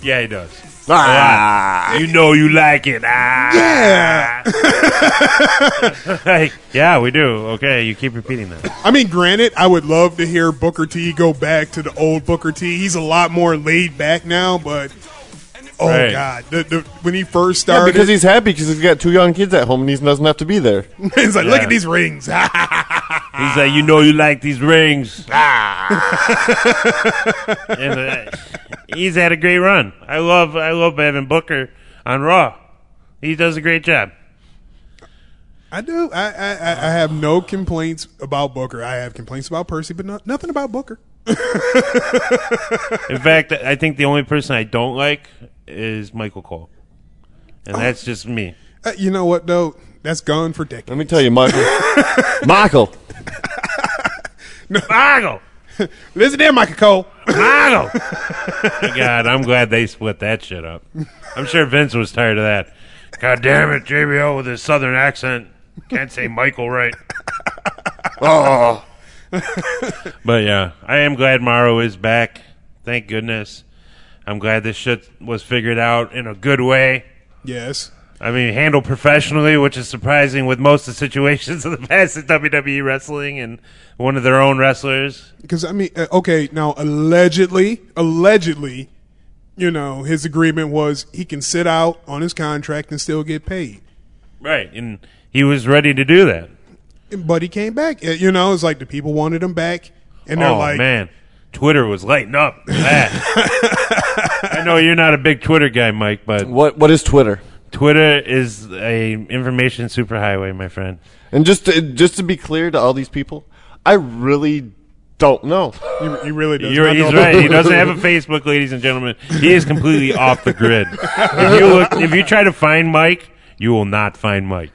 S2: yeah, he does.
S4: Ah.
S2: You know you like it. Ah.
S3: Yeah.
S2: Like, yeah, we do. Okay, you keep repeating that.
S3: I mean, granted, I would love to hear Booker T go back to the old Booker T. He's a lot more laid back now, but oh
S2: Right.
S3: god, the, the, when he first
S4: Yeah,
S3: started,
S4: because he's happy because he's got two young kids at home and he doesn't have to be there.
S3: he's like, look
S2: Yeah.
S3: at these rings.
S2: He's like, you know you like these rings. Ah. and, uh, he's had a great run. I love I love Evan Booker on Raw. He does a great job.
S3: I do. I, I I I have no complaints about Booker. I have complaints about Percy, but no, nothing about Booker.
S2: In fact, I think the only person I don't like is Michael Cole. And that's just me.
S3: Uh, you know what though? That's gone for decades.
S4: Let me tell you, Michael. Michael.
S2: Michael!
S3: Listen there, Michael Cole.
S2: Michael! God, I'm glad they split that shit up. I'm sure Vince was tired of that. God damn it, JBL with his southern accent. Can't say Michael right.
S4: Oh.
S2: But yeah, I am glad Morrow is back. Thank goodness. I'm glad this shit was figured out in a good way.
S3: yes.
S2: I mean, handled professionally, which is surprising with most of the situations of the past in WWE wrestling and one of their own wrestlers.
S3: Because I mean, uh, okay, now allegedly, allegedly, you know, his agreement was he can sit out on his contract and still get paid.
S2: Right. And he was ready to do that.
S3: But he came back. Uh, You know, it's like the people wanted him back, and they're
S2: oh
S3: like,
S2: man, Twitter was lighting up. with that. I know you're not a big Twitter guy, Mike, but
S4: What, what is Twitter?
S2: Twitter is a information superhighway, my friend.
S4: And just to, just to be clear to all these people, I really don't know.
S3: "You, you really does
S2: You're,
S3: not
S2: he's
S3: know-
S2: right. He doesn't have a Facebook, ladies and gentlemen. He is completely off the grid. If you look, if you try to find Mike, you will not find Mike.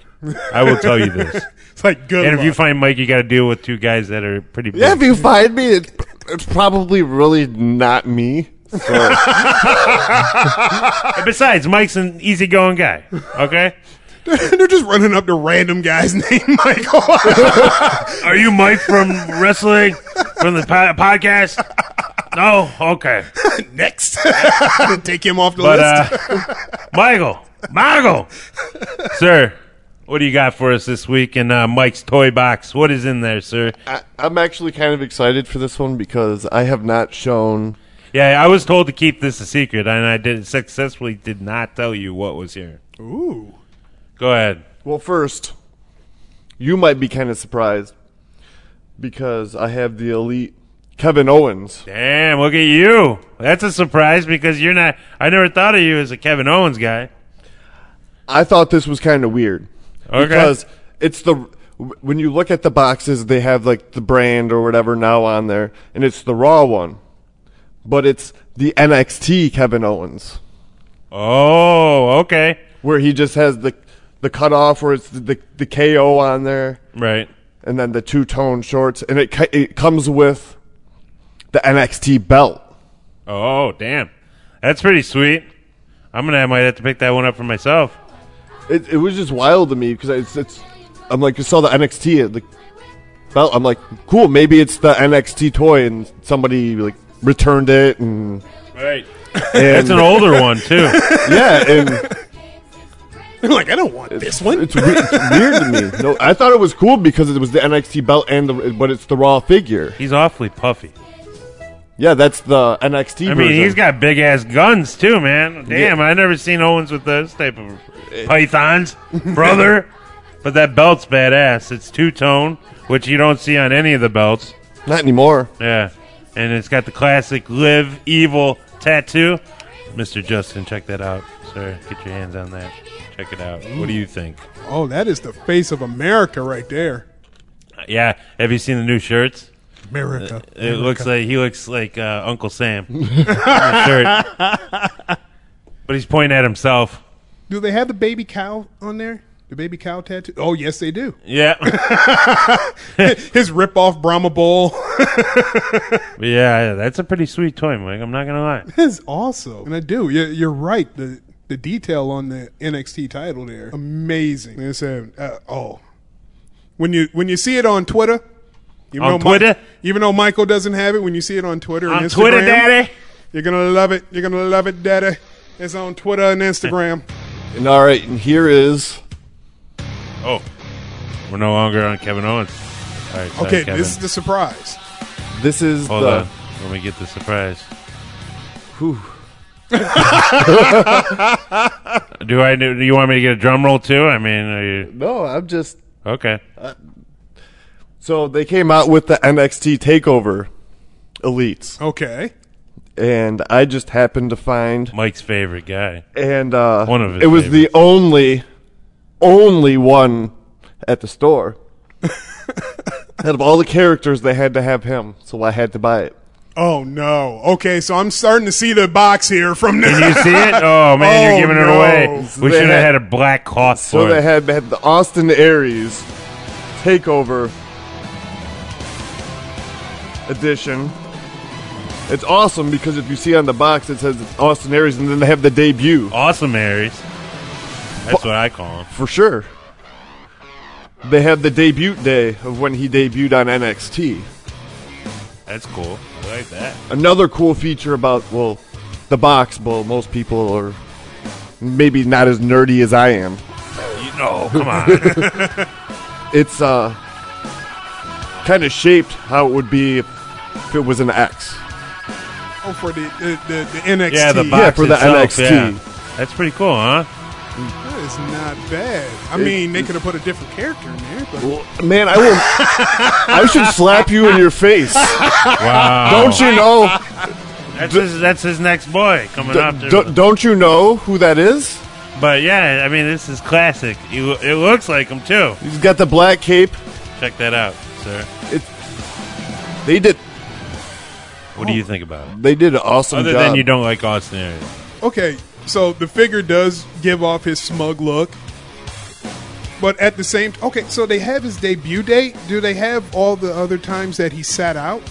S2: I will tell you this.
S3: It's like good.
S2: And if you
S3: luck.
S2: find Mike, you got to deal with two guys that are pretty. Big.
S4: Yeah, if you find me, it's, it's probably really not me. So,
S2: And Besides, Mike's an easygoing guy. Okay.
S3: they're just running up to random guys named Michael.
S2: Are you Mike from wrestling from the po- podcast? No, okay,
S3: Next, take him off the
S2: but
S3: list.
S2: uh, Michael, Michael, sir, what do you got for us this week in uh, Mike's toy box? What is in there, sir?
S4: I, I'm actually kind of excited for this one because I have not shown.
S2: Yeah, I was told to keep this a secret, and I did successfully did not tell you what was here.
S3: Ooh,
S2: Go ahead.
S4: Well, first, you might be kind of surprised because I have the elite Kevin Owens.
S2: Damn, look at you. That's a surprise because you're not. I never thought of you as a Kevin Owens guy.
S4: I thought this was kind of weird
S2: Okay.
S4: because it's the when you look at the boxes, they have like the brand or whatever now on there, and it's the Raw one, but it's the NXT Kevin Owens
S2: Oh, okay.
S4: where he just has the the cutoff where it's the the, the KO on there,
S2: Right.
S4: and then the two tone shorts, and it co- it comes with the NXT belt.
S2: Oh, damn. That's pretty sweet. I'm gonna I might have to pick that one up for myself.
S4: It, it was just wild to me because it's, it's I'm like you saw the NXT the belt. I'm like, cool, maybe it's the NXT toy and somebody like returned it and,
S2: Right.
S4: and
S2: That's an older one too.
S4: yeah and
S3: they're
S2: uh,
S3: like I don't want this one.
S4: it's, we- it's weird to me. No, I thought it was cool because it was the NXT belt and the but it's the Raw figure.
S2: He's awfully puffy.
S4: Yeah, that's the NXT.
S2: I mean,
S4: version.
S2: he's got big ass guns too, man. Damn, I never seen Owens with those type of pythons, brother. But that belt's badass. It's two tone, which you don't see on any of the belts.
S4: Not anymore.
S2: Yeah. And it's got the classic live evil tattoo. Mr. Justin, check that out. Sir, get your hands on that. Check it out. What do you think?
S3: Oh, that is the face of America right there.
S2: Uh, Yeah, have you seen the new shirts?
S3: America.
S4: Uh,
S2: It looks like he looks like uh, Uncle Sam. in the shirt. But he's pointing at himself.
S3: Do they have the baby cow on there? The baby cow tattoo? Oh, yes, they do.
S2: Yeah.
S3: His rip-off Brahma Bull
S2: yeah, that's a pretty sweet toy, Mike. I'm not going to lie.
S3: is also, and I do. You're, you're right. The the detail on the NXT title there, amazing. It's a, uh, oh, when you when you see it on Twitter, even
S2: On
S3: though Mi-
S2: Twitter?
S3: even though Michael doesn't have it, when you see it on Twitter
S2: On
S3: and Instagram,
S2: Twitter, Daddy.
S3: you're gonna love it. You're gonna love it, Daddy. It's on Twitter and Instagram.
S4: And all right, and here is
S2: Oh. We're no longer on Kevin Owens. All right, sorry,
S3: okay,
S2: Kevin.
S3: this is the surprise.
S4: this is
S2: Hold
S4: the
S2: on. Let me get the surprise. do I do you want me to get a drum roll too? I mean, are you,
S4: no. I'm just
S2: okay.
S4: so they came out with the NXT Takeover Elites,
S3: Okay,
S4: and I just happened to find
S2: Mike's favorite guy.
S4: and uh,
S2: One of his
S4: it was the
S2: favorites.
S4: only only one at the store. Out of all the characters, they had to have him, so I had to buy it.
S3: Oh no. Okay, so I'm starting to see the box here from
S2: You
S3: the
S2: see it? Oh man,
S3: Oh,
S2: you're giving
S3: no.
S2: it away.
S4: So
S2: We
S4: they
S2: should have
S4: had-
S2: had a black cloth
S4: So
S2: for
S4: they
S2: it.
S4: had, had the Austin Aries Takeover Edition. It's awesome because if you see on the box, it says it's Austin Aries, and then they have the debut
S2: awesome Aries. That's what I call him.
S4: for sure. They have the debut day of when he debuted on NXT.
S2: That's cool. I like that.
S4: Another cool feature about well, the box. Well, most people are maybe not as nerdy as I am.
S2: You know, come on.
S4: It's uh, kind of shaped how it would be if it was an X.
S3: oh, for the the, the, the NXT.
S2: yeah, the box
S4: Yeah, for the
S2: itself,
S4: NXT.
S2: yeah. That's pretty cool, huh?
S3: That is not bad. I mean, they could have put a different character in there, but
S4: Well, Man, I will. I should slap you in your face.
S2: Wow.
S4: Don't you know?
S2: That's his, that's his next boy coming up.
S4: D-
S2: to-
S4: d- don't you know who that is?
S2: but yeah, I mean, this is classic. You, it looks like him too.
S4: He's got the black cape.
S2: Check that out, sir.
S4: They did.
S2: What do you think about it?
S4: They did an awesome
S2: Other
S4: job.
S2: than you don't like Austin Aries,
S3: okay. So the figure does give off his smug look, but at the same, okay. So they have his debut date. Do they have all the other times that he sat out?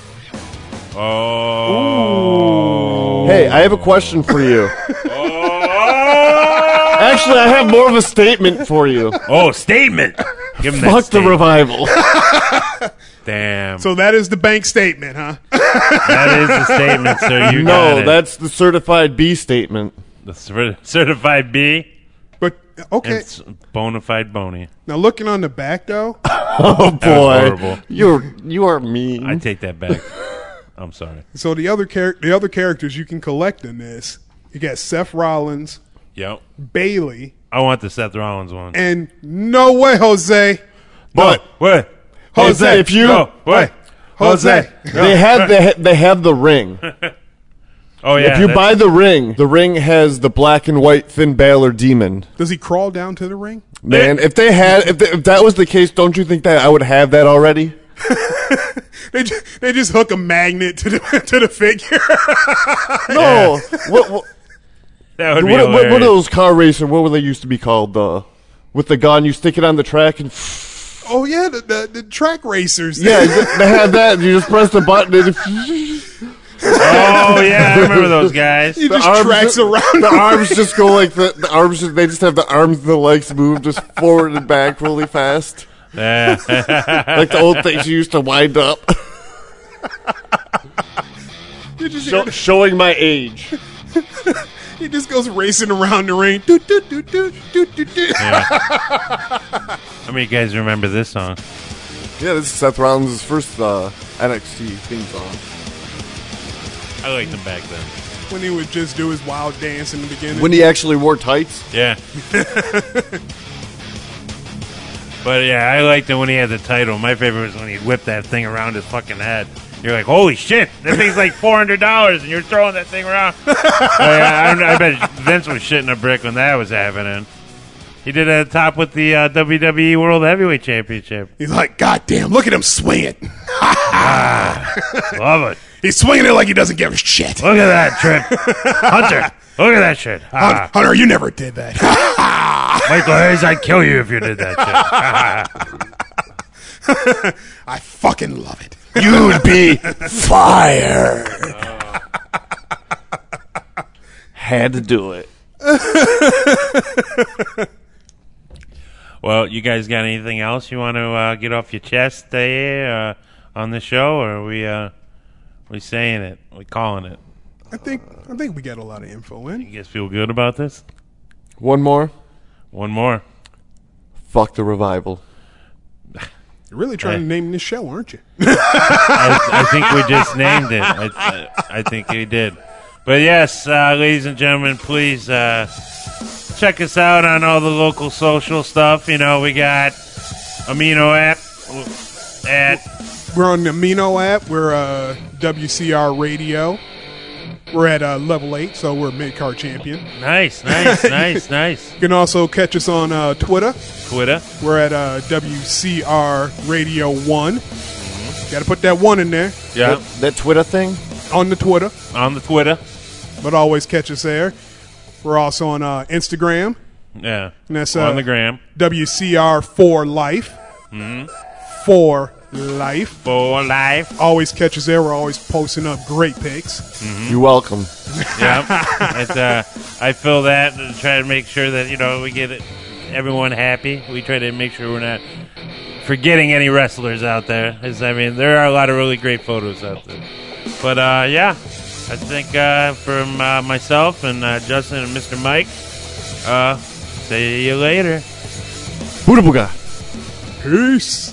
S2: oh,
S4: Hey, I have a question for you. Actually, I have more of a statement for you.
S2: oh, statement. Give him that
S4: Fuck the
S2: statement.
S4: revival.
S2: Damn,
S3: So that is the bank statement, huh?
S2: that is the statement, sir. You got
S4: no,
S2: it.
S4: that's the certified B statement.
S2: the cer- certified B
S3: But
S2: and
S3: okay.
S2: s- bona fide bony.
S3: now looking on the back though,
S4: Oh boy,
S2: horrible.
S4: you're you are mean.
S2: I take that back. I'm sorry.
S3: so the other char- the other characters you can collect in this, you got Seth Rollins,
S2: Yep,
S3: Bailey,
S2: I want the Seth Rollins one.
S4: Eh.
S3: and no way, Jose.
S4: but
S2: What?
S4: Jose, if you-
S2: no, what?
S3: Jose.
S4: they have the they have the ring.
S2: Oh yeah.
S4: if you
S2: that-
S4: buy the ring, the ring has the black and white Finn Balor demon.
S3: Does he crawl down to the ring?
S4: Man, if they had, if, they, if that was the case, don't you think that I would have that already?
S3: They just, they just hook a magnet to the to the figure.
S4: No, what, what, what,
S2: that would be
S4: what, what are
S2: hilarious.
S4: those car racer? What were they used to be called? The with the gun, you stick it on the track, and
S3: oh yeah, the, the, the track racers.
S4: yeah, th- they had that. You just press the button, and it-
S2: Oh yeah, I remember those guys.
S3: he just
S4: arms-
S3: tracks around.
S4: the arms just go like the, the arms. Just, they just have the arms, and the legs move just forward and back really fast,
S2: Yeah.
S4: like the old things you used to wind up,
S3: He just,
S4: Show, showing my age.
S3: he just goes racing around the ring. Doot, doot, doot, doot, doot, doot, doot.
S2: How many guys remember this song?
S4: Yeah, this is Seth Rollins' first uh, NXT theme song.
S2: I liked them back then.
S3: When he would just do his wild dance in the beginning.
S4: When he actually wore tights.
S2: Yeah. But yeah, I liked it when he had the title. My favorite was when he whipped that thing around his fucking head. You're like, holy shit, that thing's like four hundred dollars, and you're throwing that thing around. Like, I, I, I bet Vince was shitting a brick when that was happening. He did it at the top with the uh, WWE World Heavyweight Championship.
S3: He's like, God damn, look at him swinging.
S2: Love it.
S3: He's swinging it like he doesn't give a shit.
S2: Look at that trip, Hunter. Look at that shit.
S3: Hun-
S2: Ah,
S3: Hunter, you never did that.
S2: Michael Hayes, I'd kill you if you did that shit.
S3: I fucking love it.
S4: You'd be fired. Had to do it.
S2: Well, you guys got anything else you want to uh, get off your chest there uh, on the show, or are we uh, we saying it? We calling it?
S3: I think I think we got a lot of info in.
S2: You guys feel good about this?
S4: One more.
S2: One more.
S4: Fuck the revival.
S3: You're really trying to
S2: Hey.
S3: name this show, aren't you?
S2: I, I think we just named it. I, I think we did. But yes, uh, ladies and gentlemen, please uh, check us out on all the local social stuff. You know, we got Amino app at
S3: We're on the Amino app. We're uh, WCR Radio. We're at uh, level eight, so we're mid card champion.
S2: nice, nice, nice, nice
S3: You can also catch us on uh, Twitter.
S2: Twitter.
S3: We're at uh, WCR Radio One. Got to put that one in there
S2: Yeah,
S4: That, that Twitter thing?
S3: on the Twitter,
S2: on the Twitter.
S3: but always catch us there. We're also on uh, Instagram.
S2: Yeah,
S3: And that's, uh,
S2: on the gram.
S3: WCR for life. For life.
S2: for life.
S3: Always catch us there. We're always posting up great pics.
S4: You're welcome.
S2: Yeah, it's, uh, I feel that and try to make sure that you know we get it, everyone happy. We try to make sure we're not forgetting any wrestlers out there. 'Cause, I mean, there are a lot of really great photos out there. But uh, yeah, I think uh, from uh, myself and uh, Justin and Mr. Mike, uh, see you later.
S4: Budabuga.
S3: Peace.